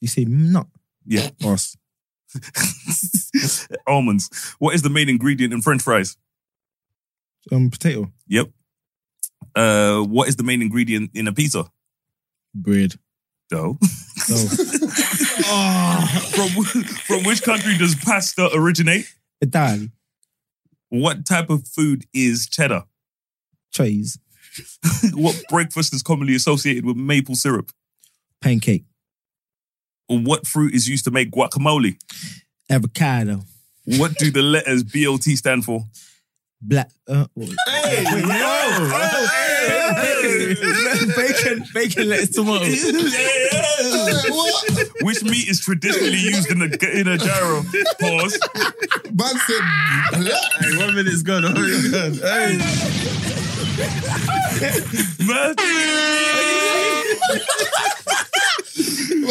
F: You say nut.
D: Yeah.
F: Us.
D: Almonds. What is the main ingredient in French fries?
F: Um, potato.
D: Yep. Uh, what is the main ingredient in a pizza?
F: Bread.
D: Dough.
F: No.
D: from from which country does pasta originate?
F: Italy.
D: What type of food is cheddar?
F: Cheese.
D: what breakfast is commonly associated with maple syrup?
F: Pancake.
D: What fruit is used to make guacamole?
F: Avocado.
D: What do the letters BLT stand for?
F: Black. Uh, wait. Wait,
D: Hey!
F: bacon, bacon, bacon, lettuce, tomato.
E: what?
D: Which meat is traditionally used in a in a gyro? Pause.
E: Man said,
G: Hey, one minute's gone. One minute's gone. Hey.
D: Man,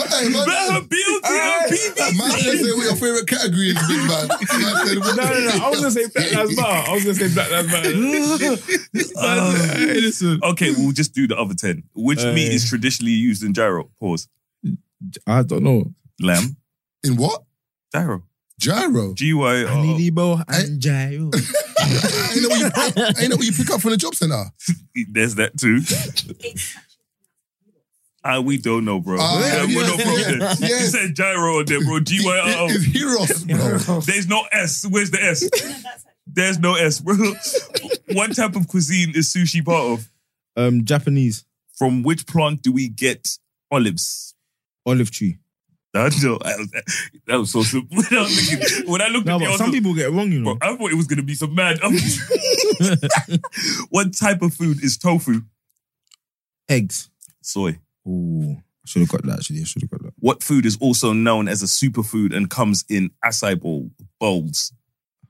E: Hey, man-
D: man, BLT on PB.
E: Man said, say what your favorite category is, big man. Man said, what-
F: No, no, no. I was gonna say Black Lives Matter. I was gonna say Black Lives Matter.
D: Uh,
F: hey, listen.
D: okay, we'll just do the other ten. Which meat is traditionally used in gyro? Pause.
F: I don't know.
D: Lamb.
E: In what?
D: Gyro.
E: Gyro.
D: G Y
F: Annie
D: R.
F: Lebo and Jairo.
E: ain't, that what you, ain't that what you pick up from the job centre?
D: There's that too. Uh, we don't know, bro.
E: Ah,
D: Yeah, we're
E: yes,
D: not from
E: yes,
D: there. You
E: yes.
D: said gyro on there, bro. G Y R O.
E: It- It's
F: uh,
E: Heroes, bro.
D: There's no S. Where's the S? There's no S, bro. what type of cuisine is sushi part of?
F: Um, Japanese
D: From which plant do we get olives?
F: olive tree.
D: I don't know. I was, that was so simple. When I, was looking, when I looked
F: No,
D: at the
F: but some
D: answer,
F: people get it wrong, you
D: bro,
F: know.
D: I thought it was going to be some mad. what type of food is tofu?
F: Eggs.
D: Soy.
F: Ooh, I should have got that. Actually, I should have got that.
D: What food is also known as a superfood and comes in acai bowl, bowls?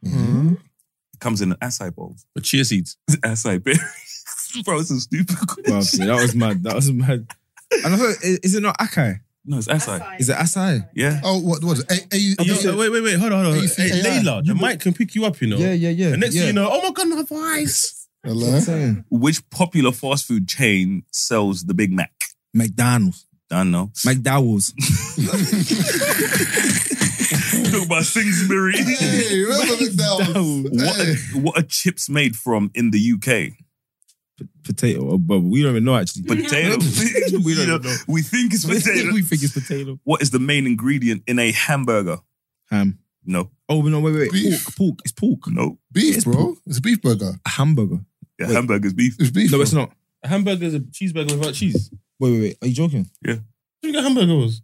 D: It comes in an acai bowl.
G: But chia seeds.
D: acai berries. bro, it's a stupid question.
F: Wow, okay, that was mad. That was mad. And I thought, i- is it not acai?
D: No, it's acai.
F: Is it acai?
D: Yeah.
E: Oh, what was it? A, a,
G: Yo, uh, wait, wait, wait. Hold on, hold on.
E: ACAI.
G: Hey, Layla, the mic can pick you up, you know.
F: Yeah, yeah, yeah.
G: And next
F: yeah.
G: thing you know, oh my God, my voice.
E: Hello?
F: Saying.
D: Which popular fast food chain sells the Big Mac?
F: McDonald's,
D: I don't know.
F: McDowell's.
D: Talk about Sainsbury.
E: Hey, remember McDowell's?
D: what,
E: Hey.
D: are, what are chips made from in the UK?
F: potato or bubble. We don't even know actually.
D: Potato.
F: we
D: You know,
F: don't even know.
D: we think it's potato.
F: we think it's potato.
D: what is the main ingredient in a hamburger?
F: Ham.
D: No,
F: Oh no! Wait, wait, wait.
E: Beef.
F: Pork, pork. It's pork.
D: no.
E: Beef,
F: It's
E: bro. It's a beef burger.
F: A hamburger.
D: Yeah,
F: Wait.
D: hamburger's beef.
E: It's beef.
F: No,
E: bro.
F: it's not.
G: A hamburger is a cheeseburger without cheese.
F: Wait, wait, wait. Are you joking?
G: What do you get hamburger was?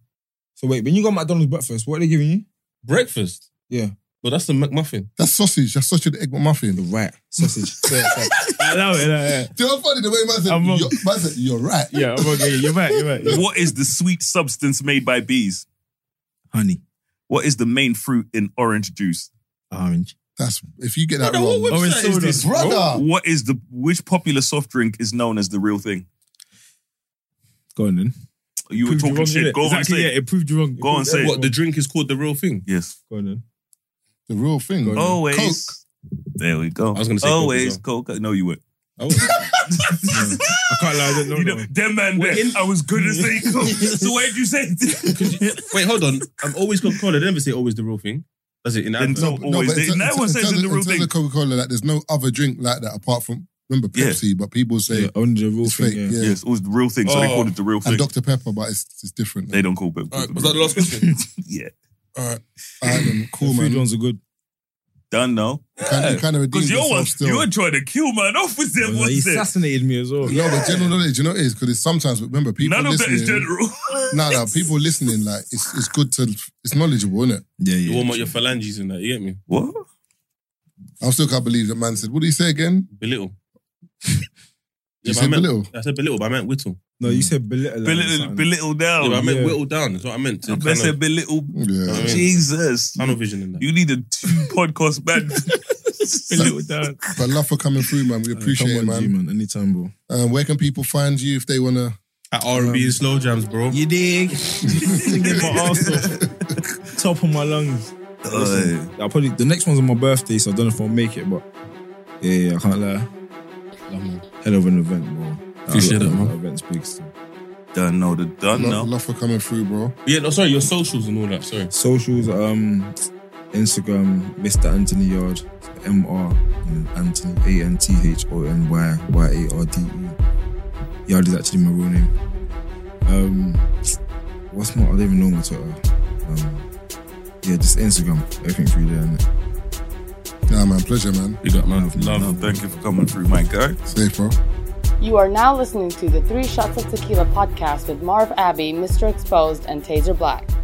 F: So wait, when you got McDonald's breakfast, what are they giving you?
G: Breakfast.
F: Yeah.
G: But that's the McMuffin.
E: That's sausage. That's sausage and egg McMuffin.
F: Right. Sausage. Say it, say it.
B: I love it. I love it.
E: Do you know what's funny? The way man said,
B: I'm wrong.
E: you're, man said, you're right.
B: Yeah, I'm okay. You're right. You're right.
D: What is the sweet substance made by bees?
F: Honey.
D: What is the main fruit in orange juice?
F: Orange.
E: That's if you get that
G: Brother, what
E: wrong,
G: website
B: Orange
G: is
B: soda.
G: this?
E: brother.
D: What is the which popular soft drink is known as the real thing?
F: Go on then.
D: You were
F: Proved
D: talking
F: wrong,
D: shit.
F: innit?
D: Go
F: exactly,
D: on, say.
F: yeah,
D: it.
F: it proved you wrong. It
D: Go on,
F: proved
D: say
F: you
D: it.
G: What
F: wrong.
G: the drink is called the real thing.
D: Yes.
F: Go on then.
E: The real thing.
D: Always.
E: Coke.
D: There we go.
G: I was gonna say Coke as
D: always
G: well.
D: Coke. No, you weren't.
G: Oh,
F: I can't lie, I don't know.
D: you
F: that
D: know,
F: one.
D: them man there. I was gonna say Coke. so why did you say?
G: wait, hold on. I'm always Coca Cola. They never say always the real thing. Does it in
D: Then
G: advert?
D: no.
E: but-
D: always.
E: but in
D: They-
E: terms-
D: no one
E: in
D: says
E: terms
D: the
E: of-
D: real
E: in
D: thing.
E: terms of Coca Cola, like there's no other drink like that apart from remember
D: Yeah.
E: Pepsi, but people say
F: Yeah, orange is a real
E: it's
F: thing.
E: fake.
F: Yeah.
E: Yeah.
D: Yes, it was the real thing. So they
G: Oh.
D: called it the real
E: And
D: thing.
E: Dr Pepper, but it's it's different.
D: they don't call it.
G: All right, was that the last question?
D: yeah.
E: All right, All right, then, cool
F: Food
E: man.
F: ones are good.
D: Done now.
E: Kind, you kind of redeemed
D: Because you
E: yourself
D: were
E: still.
D: you were trying to kill man off with them,
F: Like, he
D: wasn't it?
F: assassinated me as well.
E: No, but general knowledge, you know what it is? Because it's sometimes, remember, people
D: None of that
E: listening.
D: is general.
E: No, no, people listening, like, it's it's good to, it's knowledgeable, isn't it?
F: Yeah,
G: You warm up your phalanges and that. You get me?
D: What?
E: I still can't believe that man said, what did he say again?
G: Belittle.
E: You
G: but
E: said
G: I meant,
E: belittle?
G: I said belittle, but I meant whittle.
F: No, you said belittle. like
D: Belittle,
F: something.
D: belittle down.
G: yeah, but I meant
F: yeah.
G: whittle down. That's what I meant. To
D: Oh, I
G: kind of,
D: said belittle.
E: Yeah.
G: mean-
D: Jesus,
G: tunnel vision in that.
D: you need a two podcast man. belittle down.
E: But love for coming through, man. We
F: Uh,
E: appreciate
F: come
E: it,
F: on, G,
E: man.
F: man. Anytime, bro.
E: Um, where can people find you if they want to?
G: At R&B and slow jams, bro.
F: You dig? Singing my arse off. Top of my lungs.
D: Listen,
F: I'll probably the next one's on my birthday, so I don't know if I'll make it, but yeah, yeah I can't lie. Hell of an event, bro.
G: Appreciate
F: that,
G: it, man.
F: that event's big. So.
D: Done no, the done
E: Love,
D: no.
E: love for coming through, bro.
G: Yeah, no, sorry, your socials and all that. Sorry.
F: Socials, um, Instagram, Mr. Anthony Yard, M R Anthony A N T H O N Y Y A R D E. Yard is actually my real name. Um, what's my? I don't even know my Twitter. Um, yeah, just Instagram. Everything through there. innit?
E: Nah, man. Pleasure, man.
G: You got man. Love.
D: No, thank you for coming through, my guy.
E: Safe, bro.
I: You are now listening to the Three Shots of Tequila podcast with Marv Abbey, Mr. Exposed, and Taser Black.